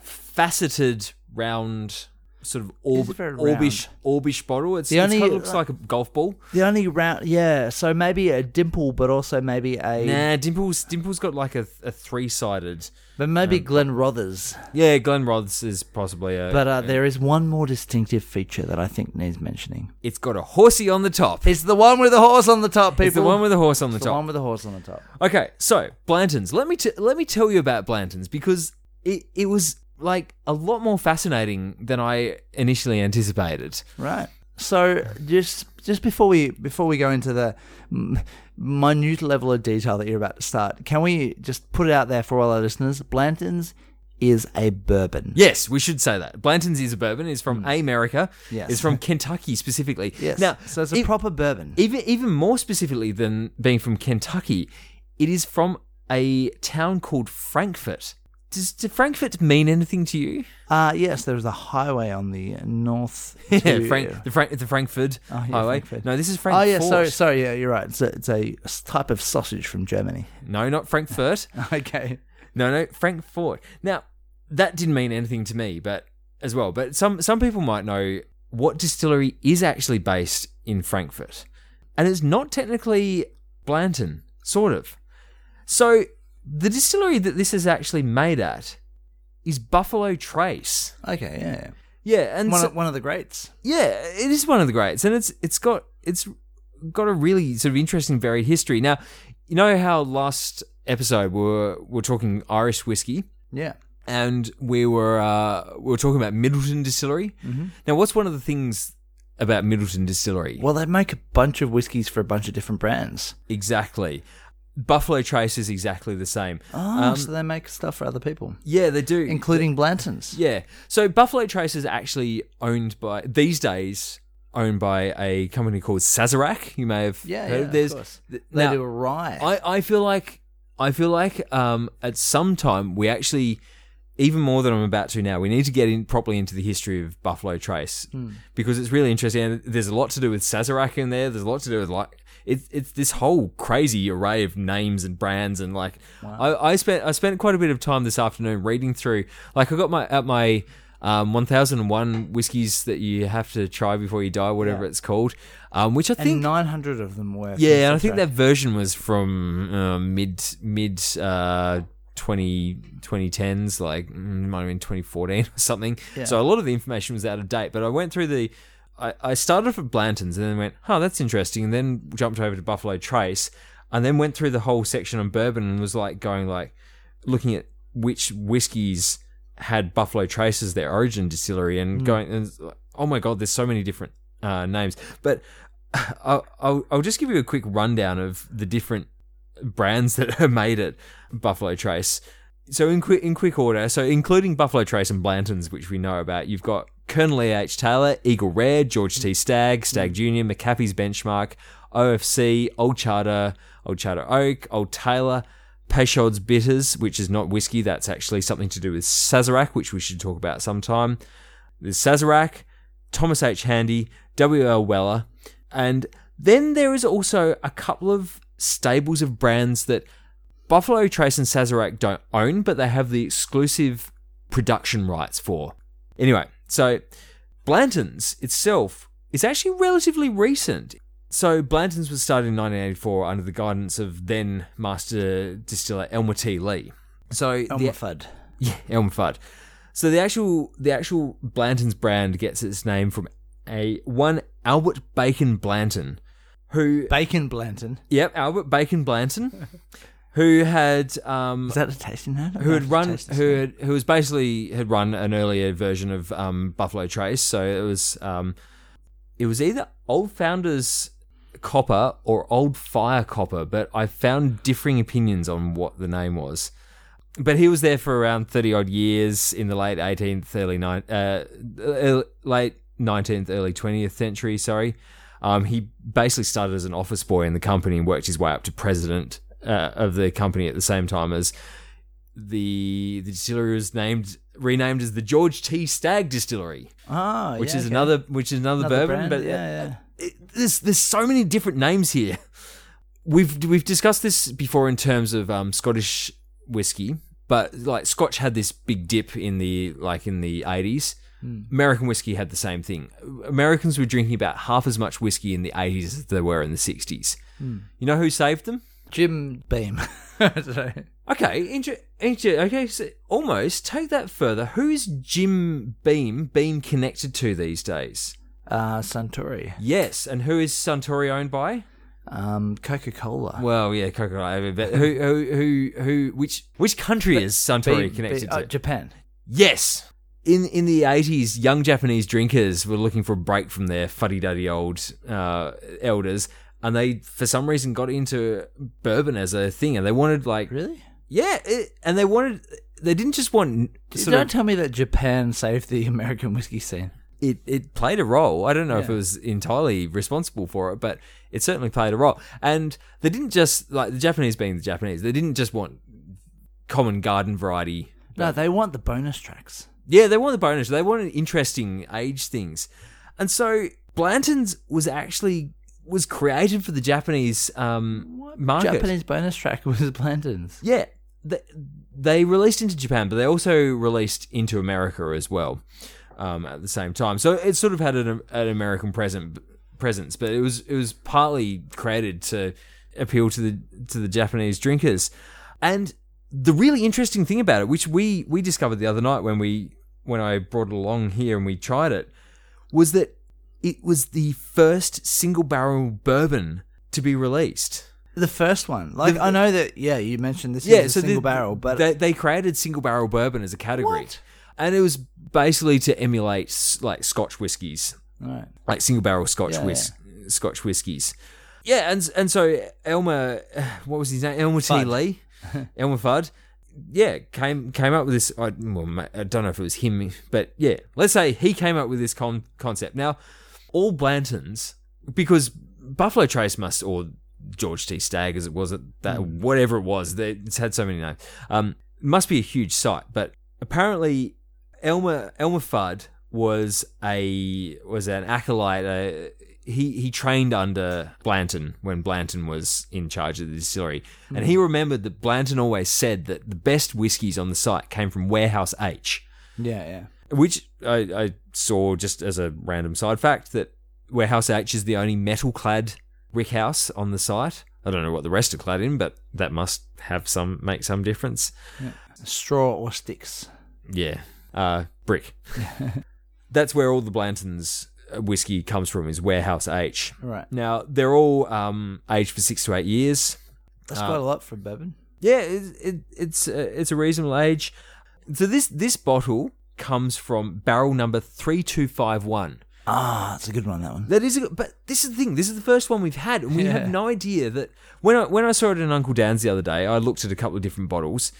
faceted round. Sort of orb,
very
orbish, orbish bottle. It's,
The
it's
only- uh,
kind of looks like a golf ball.
The only round, yeah. So maybe a dimple, but also maybe a,
Nah, Dimple's Dimple's got like a, a three sided.
but maybe Glen Rothers.
Yeah, Glenn Roths is possibly a.
But uh, there is one more distinctive feature that I think needs mentioning.
it's got a horsey on the top.
It's the one with the horse on the top, people.
It's the one with a horse on the
It's the
top.
one with the horse on the top.
Okay, so Blanton's. Let me t- let me tell you about Blanton's because it it was like a lot more fascinating than I initially anticipated.
Right. So just just before we before we go into the m- minute level of detail that you're about to start, can we just put it out there for all our listeners? Blanton's is a bourbon.
Yes, we should say that Blanton's is a bourbon. It's from America.
Hmm. Yes.
it's from Kentucky specifically.
Yes.
Now,
so it's a
it-
proper bourbon.
even even more specifically than being from Kentucky, it is from a town called Frankfurt. Does, does Frankfurt mean anything to you?
uh, yes, there's a highway on the north.
Yeah,
to-
Frank, the Frank, the Frankfurt
Oh, yeah,
highway.
Frankfurt.
No, this is
Oh
Frankfurt.
yeah, sorry, sorry, yeah, you're right. It's a, it's a s- type of sausage from Germany.
No, not Frankfurt.
okay.
no, no, Frankfurt. Now, that didn't mean anything to me, but as well. But some some people might know what distillery is actually based in Frankfurt, and it's not technically Blanton, sort of. So the distillery that this is actually made at is Buffalo Trace.
Okay, yeah.
Yeah, and
One
so-
of, one of the greats.
yeah, it is one of the greats, and it's it's got it's got a really sort of interesting varied history. Now, you know how last episode we we're we we're talking Irish whiskey
Yeah.
and we were uh, we were talking about Middleton Distillery.
Mm-hmm.
Now, what's one of the things about Middleton Distillery?
Well, they make a bunch of whiskies for a bunch of different brands.
Exactly, Buffalo Trace is exactly the same.
Oh,
Um,
so they make stuff for other people,
yeah, they do.
including Blantons.
yeah, so Buffalo Trace is actually owned by these days owned by a company called Sazerac. You may have
Yeah,
heard
yeah,
of this.
of course.
Th-
They
now-
do a rye.
I, I feel like I feel like um, at some time we actually even more than I'm about to now, we need to get in properly into the history of Buffalo Trace because it's really interesting. And there's a lot to do with Sazerac in there. There's a lot to do with like it's it's this whole crazy array of names and brands and like I, I spent I spent quite a bit of time this afternoon reading through. Like I got my at my um, 1001 whiskies that you have to try before you die, whatever it's called, um, which I
And
think
900 of them were.
yeah, and I think that version was from uh, mid mid uh, 20, 2010s, like mm, might have been twenty fourteen or something.
Yeah.
So a lot of the information was out of date. But I went through the, I, I started from Blanton's and then went, oh, that's interesting, and then jumped over to Buffalo Trace, and then went through the whole section on bourbon and was like going like, looking at which whiskies had Buffalo Trace as their origin distillery and going, and it's like, oh my god, there's so many different uh, names. But I'll, I'll, I'll just give you a quick rundown of the different brands that are made at Buffalo Trace. So in quick in quick order, so including Buffalo Trace and Blanton's, which we know about, you've got Colonel E. H. Taylor, Eagle Rare, George T. Stagg, Stagg Jr., McAfee's Benchmark, OFC, Old Charter, Old Charter Oak, Old Taylor, Peychaud's Bitters, which is not whiskey, that's actually something to do with Sazerac, which we should talk about sometime. There's Sazerac, Thomas H. Handy, W.L. Weller, and then there is also a couple of stables of brands that Buffalo Trace and Sazerac don't own, but they have the exclusive production rights for. Anyway, so Blanton's itself is actually relatively recent. So Blanton's was started in 1984 under the guidance of then master distiller Elmer T. Lee. So
Elmer
the
Fudd.
yeah, Elm Fudd. So the actual the actual Blanton's brand gets its name from a one Albert Bacon Blanton, who
Bacon Blanton.
yep Albert Bacon Blanton, who had um
Is that a tasting note?
who had run
Tasting
who had, who was basically had run an earlier version of um, Buffalo Trace. So it was um it was either Old Founders Copper or Old Fire Copper, but I found differing opinions on what the name was but he was there for around 30 odd years in the late 18th early nine, uh, early- late 19th early 20th century sorry um, he basically started as an office boy in the company and worked his way up to president uh, of the company at the same time as the the distillery was named renamed as the George T Stagg distillery
Ah,
which
yeah,
is
okay.
another which is another,
Another
bourbon
brand,
but
yeah, yeah.
it, there's there's so many different names here. We've we've discussed this before in terms of um, Scottish whiskey, but like Scotch had this big dip in the like in the eighties.
Hmm.
American whiskey had the same thing. Americans were drinking about half as much whiskey in the eighties as they were in the sixties.
Hmm.
You know who saved them?
Jim Beam. So,
Okay, inter- inter- okay, so almost take that further. Who is Jim Beam Beam connected to these days?
uh, Suntory.
Yes, and who is Suntory owned by?
Um, Coca Cola.
Well, yeah, Coca-Cola. I mean, But who, who, who, who, which, which country is Suntory connected to?
uh, Japan.
yes. In in the eighties, young Japanese drinkers were looking for a break from their fuddy-duddy old uh, elders, and they, for some reason, got into bourbon as a thing, and they wanted like,
Really?
yeah, it, and they wanted, they didn't just want sort
Don't
of
tell me that Japan saved the American whiskey scene.
it, it played a role. I don't know if it
Yeah.
was entirely responsible for it, but it certainly played a role. And they didn't just like the Japanese being the Japanese, they didn't just want common garden variety.
No, they want the bonus tracks.
Yeah, they wanted the bonus. They wanted interesting age things. And so Blanton's was actually was created for the Japanese um, market.
Japanese bonus track was Blanton's.
Yeah, they, they released into Japan, but they also released into America as well um, at the same time. So it sort of had an, an American present, presence, but it was it was partly created to appeal to the to the Japanese drinkers. And the really interesting thing about it, which we we discovered the other night when we when I brought it along here and we tried it, was that it was the first single barrel bourbon to be released.
The first one. Like, I know that, yeah, you mentioned this is a
the-
single barrel, but
they, they created single barrel bourbon as a category,
What?
and it was basically to emulate s- like Scotch whiskies,
Alright.
like single barrel Scotch
Yeah,
whis- Scotch whiskies. Yeah, and and so Elmer, what was his name? Elmer T.
Fudd.
Lee, Elmer Fudd. Yeah, came came up with this. I, well, ma- I don't know if it was him, but yeah, let's say he came up with this con- concept. Now, all Blantons, because Buffalo Trace must or George T. Stagg,
Hmm.
as it was at that, whatever it was, they, it's had so many names. Um, must be a huge site, but apparently Elmer Elmer Fudd was a was an acolyte. Uh, he he trained under Blanton when Blanton was in charge of the distillery, and he remembered that Blanton always said that the best whiskies on the site came from Warehouse H,
Yeah, yeah.
which I, I saw just as a random side fact that Warehouse H is the only metal clad rickhouse on the site. I don't know what the rest are clad in, but that must have some make some difference.
Straw or sticks.
Yeah. Uh, brick. That's where all the Blanton's uh, whiskey comes from, is Warehouse H.
Right.
Now, they're all um, aged for six to eight years.
That's quite a lot for bourbon.
Yeah, it, it, it's, uh, it's a reasonable age. So this, this bottle comes from barrel number 3251.
Ah, it's a good one, that one.
That is, a, good- but this is the thing. This is the first one we've had, and we
Yeah.
have no idea that when I when I saw it in Uncle Dan's the other day, I looked at a couple of different bottles,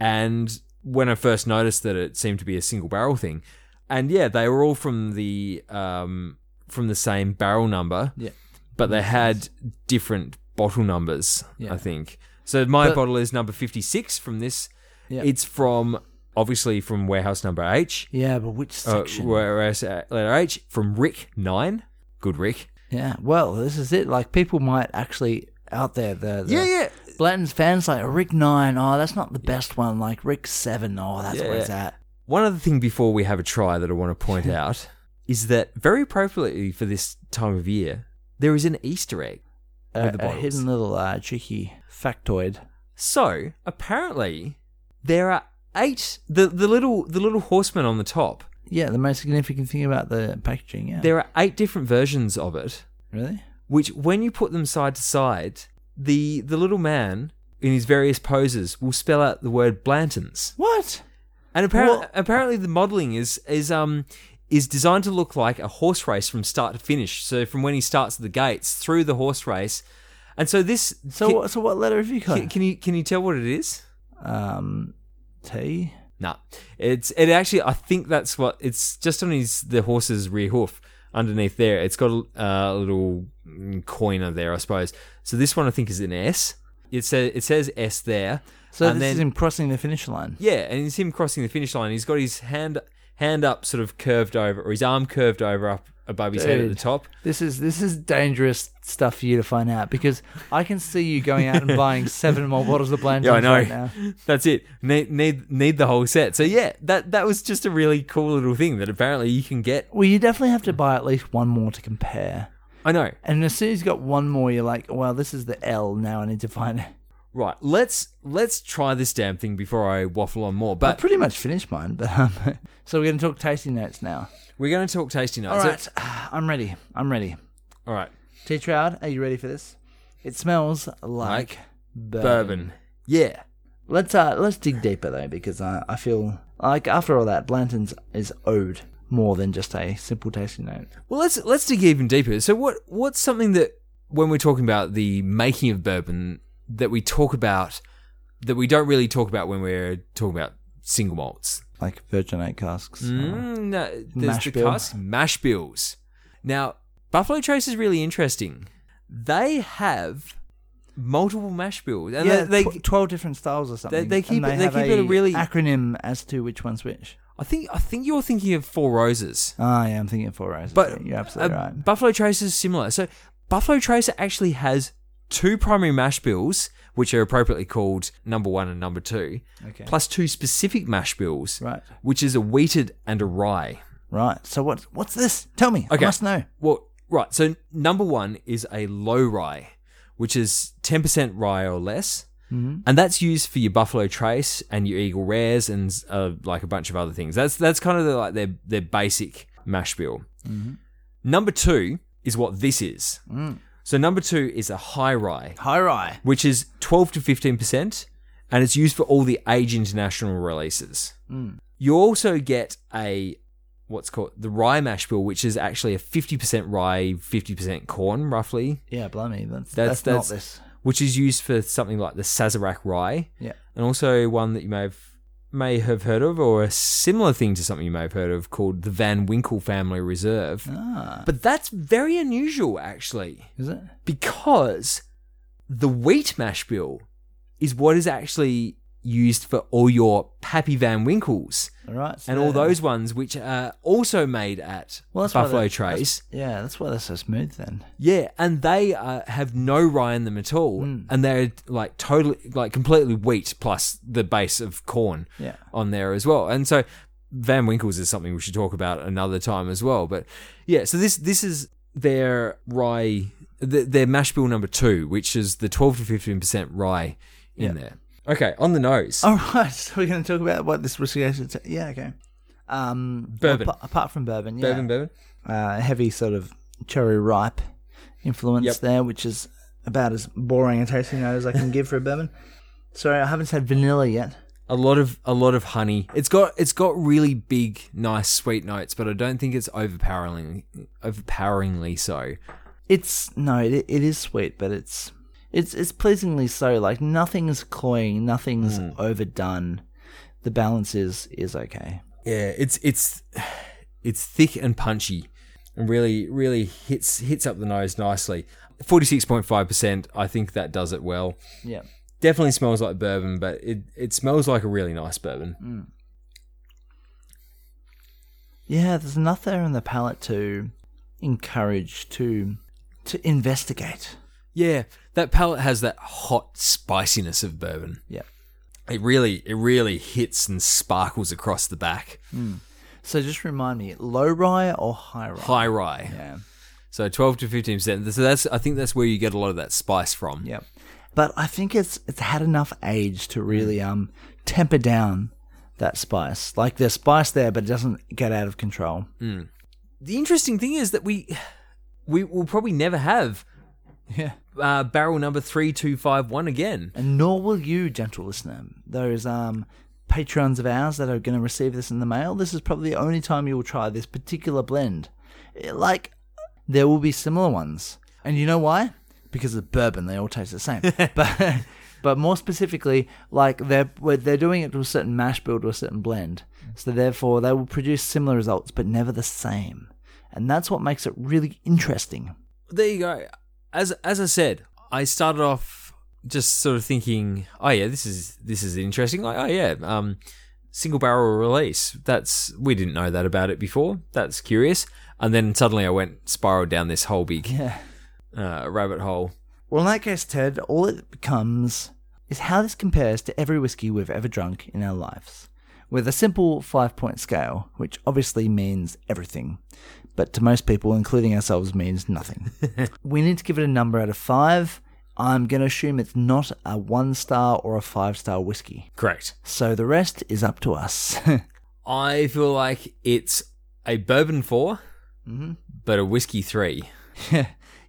and when I first noticed that it seemed to be a single barrel thing, and yeah, they were all from the um from the same barrel number,
Yeah.
but they had different bottle numbers.
Yeah.
I think so. My
But-
bottle is number fifty six from this.
Yeah.
It's from obviously from warehouse number H.
Yeah, but which
Uh,
section?
warehouse uh, letter H from Rick nine. Good Rick.
yeah. Well, this is it. Like people might actually out there the, the
Yeah, yeah.
Blanton's fans like Rick Nine. Oh, that's not the best one. Like Rick Seven. Oh, that's where
Yeah.
it's at.
One other thing before we have a try that I want to point out is that very appropriately for this time of year, there is an Easter egg. With
A,
the
a
bottles.
uh, hidden little uh, cheeky factoid.
So apparently there are eight the, the little the little horseman on the top.
Yeah, the most significant thing about the packaging. Yeah.
There are eight different versions of it,
really?
which when you put them side to side, the the little man in his various poses will spell out the word Blantons.
What?
And apparently,
Well-
apparently the modelling is is um is designed to look like a horse race from start to finish. So from when he starts at the gates through the horse race, and so this.
So
can,
what? So what letter have you got?
can, can you can you tell what it is?
um, T.
Nah, it's it actually. I think that's what it's just on his the horse's rear hoof underneath there. It's got a, uh, a little mm, coiner there, I suppose. So this one I think is an S. It says it says S there.
So
and
this
then,
is him crossing the finish line.
Yeah, and it's him crossing the finish line. He's got his hand hand up, sort of curved over, or his arm curved over up above his head at the
Dude.
top.
This is this is dangerous stuff for you to find out because I can see you going out and buying seven more bottles of Blanton's
Yeah, I know.
right now.
That's it. Need, need need the whole set. So yeah, that that was just a really cool little thing that apparently you can get.
Well, you definitely have to buy at least one more to compare.
I know.
And as soon as you've got one more, you're like, well, this is the L. Now I need to find it.
Right. Let's let's try this damn thing before I waffle on more.
I
But
pretty much finished mine. But um, so we're going to talk tasting notes now.
we're going to talk tasty notes.
All right, I'm ready. I'm ready.
All right.
T Troud, are you ready for this? It smells like,
Like
bourbon.
Bourbon. Yeah.
Let's uh, let's dig deeper though, because I, I feel like after all that, Blanton's is owed more than just a simple tasting note.
Well, let's let's dig even deeper. So, what what's something that when we're talking about the making of bourbon that we talk about that we don't really talk about when we're talking about single malts?
Like virgin oak casks. Uh,
Mm, no, there's
Hmm. Mash
the
bill.
cask mash bills. Now, Buffalo Trace is really interesting. They have multiple mash bills, and
yeah,
they,
tw-
they
twelve different styles or something.
they keep
and
it- they
have
keep it a really-
acronym as to which one's which.
I think I think you're thinking of Four Roses.
Ah, yeah, I'm thinking of four roses.
But
you're absolutely
uh,
right.
Buffalo Trace is similar. So Buffalo Tracer actually has two primary mash bills, which are appropriately called number one and number two,
Okay.
plus two specific mash bills,
Right.
which is a wheated and a rye.
Right. So what? What's this? Tell me.
Okay.
I must know.
Well, right. So number one is a low rye, which is ten percent rye or less. And that's used for your Buffalo Trace and your Eagle Rares and uh, like a bunch of other things. That's that's kind of the, like their their basic mash bill. Number two is what this is. So number two is a high rye,
High rye.
which is twelve to fifteen percent, and it's used for all the age international releases.
Mm.
You also get a what's called the rye mash bill, which is actually a fifty percent rye, fifty percent corn, roughly,
Yeah, blimey, that's
That's-
that's,
that's-
not this.
which is used for something like the Sazerac rye,
Yeah.
and also one that you may have may have heard of, or a similar thing to something you may have heard of, called the Van Winkle Family Reserve.
Ah,
But that's very unusual, actually
is it?
because the wheat mash bill is what is actually used for all your Pappy Van Winkles
All right. so
and all
there-
those ones which are also made at
Well, that's why
Buffalo
they're-
Trace.
Yeah, that's why they're so smooth then.
Yeah, and they uh, have no rye in them at all,
Hmm.
and they're like totally, like completely wheat plus the base of corn
Yeah.
on there as well. And so Van Winkles is something we should talk about another time as well. But yeah, so this this is their rye, th- their mash bill number two, which is the twelve to fifteen percent rye in there. Okay, on the nose.
All right, so we're going to talk about what this whiskey is. Yeah, okay. Um,
Bourbon.
apa- apart from bourbon, yeah.
Bourbon, bourbon.
uh, heavy sort of cherry ripe influence
Yep.
there, which is about as boring a tasting note as I can give for a bourbon. Sorry, I haven't had vanilla yet.
a lot of a lot of honey. It's got it's got really big, nice, sweet notes, but I don't think it's overpowering, overpoweringly so.
It's no, it, it is sweet, but it's it's it's pleasingly so. Like nothing's cloying, nothing's
Hmm.
overdone. The balance is is okay.
Yeah, it's it's it's thick and punchy, and really really hits hits up the nose nicely. Forty six point five percent. I think that does it well.
Yeah,
Definitely smells like bourbon, but it it smells like a really nice bourbon.
yeah. There's enough there in the palate to encourage to to investigate.
Yeah, that palate has that hot spiciness of bourbon.
Yeah.
It really it really hits and sparkles across the back.
So just remind me, low rye or high rye?
High rye.
Yeah.
So twelve to fifteen percent. So that's I think that's where you get a lot of that spice from.
Yep. But I think it's it's had enough age to really um temper down that spice. Like there's spice there, but it doesn't get out of control.
The interesting thing is that we we will probably never have
Yeah.
uh, barrel number three two five one again.
And nor will you, gentle listener. Those um patrons of ours that are going to receive this in the mail, this is probably the only time you will try this particular blend. It- like there will be similar ones, and you know why? Because of bourbon, they all taste the same. but but more specifically, like they're well, they're doing it to a certain mash bill to a certain blend, so therefore they will produce similar results, but never the same. And that's what makes it really interesting.
There you go. As as I said, I started off just sort of thinking, oh yeah, this is this is interesting. Like oh yeah, um, single barrel release. That's we didn't know that about it before. That's curious. And then suddenly I went spiraled down this whole big
Yeah.
uh, rabbit hole.
Well, in that case, Ted, all it becomes is how this compares to every whiskey we've ever drunk in our lives, with a simple five point scale, which obviously means everything, but to most people, including ourselves, means nothing. we need to give it a number out of five. I'm going to assume it's not a one star or a five star whiskey.
Correct.
So the rest is up to us.
I feel like it's a bourbon 4
Mm-hmm.
but a whiskey three.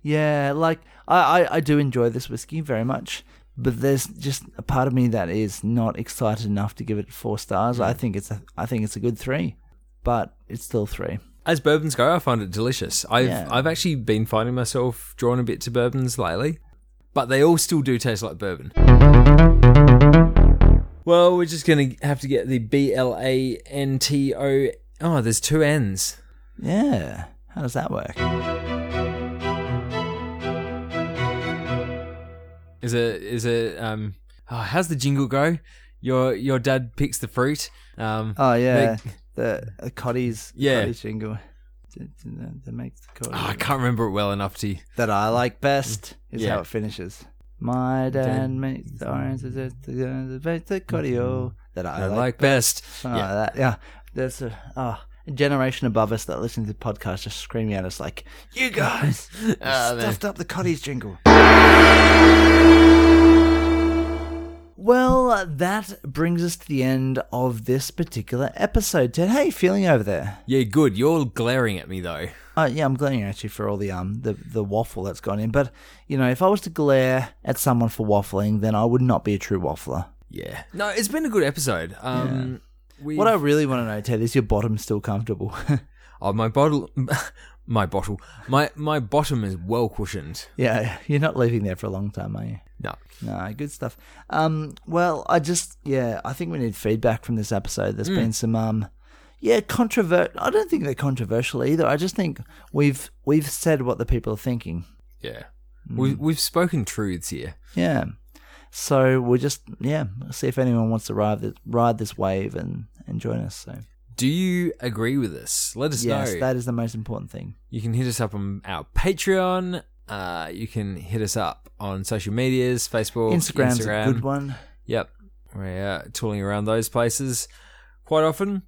yeah, like I, I, I do enjoy this whiskey very much, but there's just a part of me that is not excited enough to give it four stars.
Hmm.
I think it's a I think it's a good three, but it's still three.
As bourbons go, I find it delicious. I've
Yeah.
I've actually been finding myself drawn a bit to bourbons lately, but they all still do taste like bourbon. Well, we're just gonna have to get the B L A N T O. Oh, there's two N's.
Yeah, how does that work?
Is it is it um? Oh, how's the jingle go? Your your dad picks the fruit. Um,
Oh yeah,
Make-
the, the Cotties
Yeah.
Cotties jingle. Did- did That that makes the
oh, I
Cotties
can't remember it well enough to.
that I like best is
Yeah.
how it finishes. My dad makes the oranges, the, the, the, the Cottio that I
I
like
like best.
Something yeah. like that. Yeah. There's a, oh, a generation above us that listen to the podcast just screaming at us like, you guys you stuffed up the Cotties jingle. Well, that brings us to the end of this particular episode. Ted, how you feeling over there?
Yeah, good. You're glaring at me though.
Uh, yeah, I'm glaring actually for all the um the, the waffle that's gone in. But you know, if I was to glare at someone for waffling, then I would not be a true waffler.
Yeah. No, it's been a good episode. Um, we
What I really want to know, Ted, is your bottom still comfortable?
oh, my bottle, my bottle, my my bottom is well cushioned.
Yeah, you're not leaving there for a long time, are you?
No.
No, good stuff. Um, well, I just yeah, I think we need feedback from this episode.
Hmm.
There's been some um, yeah, controvert. I don't think they're controversial either. I just think we've we've said what the people are thinking.
Yeah. We we've spoken truths here.
Yeah. So we'll just yeah see if anyone wants to ride this, ride this wave and and join us. So
Do you agree with us? Let us
yes,
know.
that is the most important thing.
You can hit us up on our Patreon. Uh, you can hit us up on social medias, Facebook,
Instagram's
Instagram.
a good one.
Yep, we're uh, tooling around those places quite often.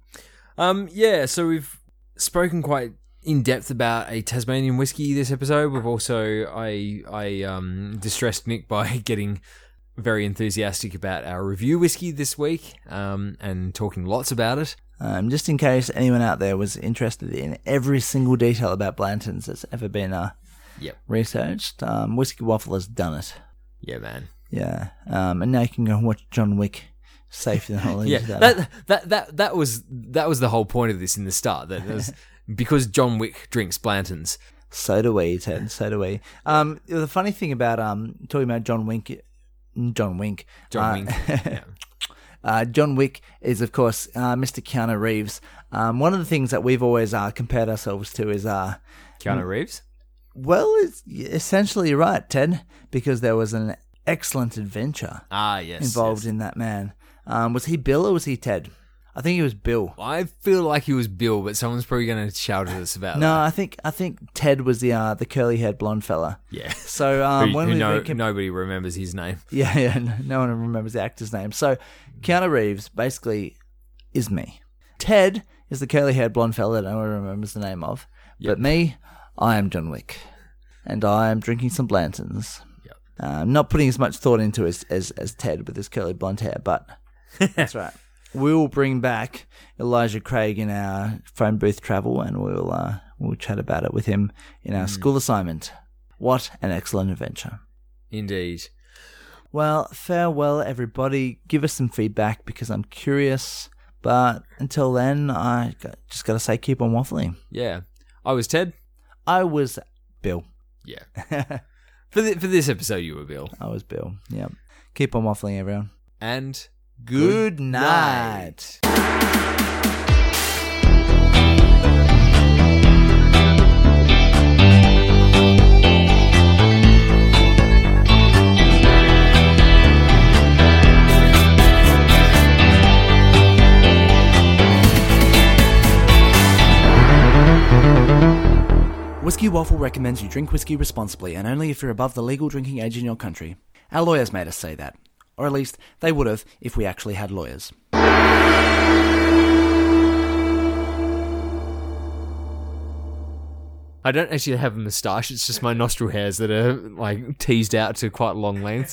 Um, yeah, so we've spoken quite in depth about a Tasmanian whiskey this episode. We've also I I um, distressed Nick by getting very enthusiastic about our review whiskey this week um, and talking lots about it.
Um, just in case anyone out there was interested in every single detail about Blanton's that's ever been uh,
Yep.
researched, um, Whiskey Waffle has done it.
Yeah, man.
Yeah, um, and now you can go and watch John Wick safe in the uh, holidays.
yeah,
without-
that that that that was that was the whole point of this in the start. That it was because John Wick drinks Blantons.
So do we, Ted. So do we. Um, the funny thing about um talking about John Wink, John Wink,
John
uh,
Wink. Yeah.
Uh, John Wick is, of course, uh, Mr. Keanu Reeves. Um, one of the things that we've always uh, compared ourselves to is, uh,
Keanu Reeves.
well, it's essentially you're right, Ted, because there was an excellent adventure
Ah, yes.
involved in that man. Um, was he Bill or was he Ted? I think he was Bill.
I feel like he was Bill, but someone's probably going to shout at us about
No,
that.
I think I think Ted was the uh, the curly haired blonde fella.
Yeah.
So um,
who,
when
who
we
no,
were com-
nobody remembers his name.
yeah yeah no, no one remembers the actor's name. So Keanu Reeves basically is me. Ted is the curly haired blonde fella that no one remembers the name of. But me, I am John Wick, and I am drinking some Blantons.
Yep.
Um, not putting as much thought into as as, as Ted with his curly blonde hair, but that's right. We will bring back Elijah Craig in our phone booth travel, and we'll uh, we'll chat about it with him in our school assignment. What an excellent adventure!
Indeed.
Well, farewell, everybody. Give us some feedback because I'm curious. But until then, I got, just got to say, keep on waffling.
Yeah. I was Ted.
I was Bill.
Yeah. for, the, for this episode, you were Bill.
I was Bill. Yep. Keep on waffling, everyone.
And
Good night.
Whiskey Waffle recommends you drink whiskey responsibly and only if you're above the legal drinking age in your country. Our lawyers made us say that. Or at least they would have if we actually had lawyers.
I don't actually have a moustache. It's just my nostril hairs that are like teased out to quite long lengths.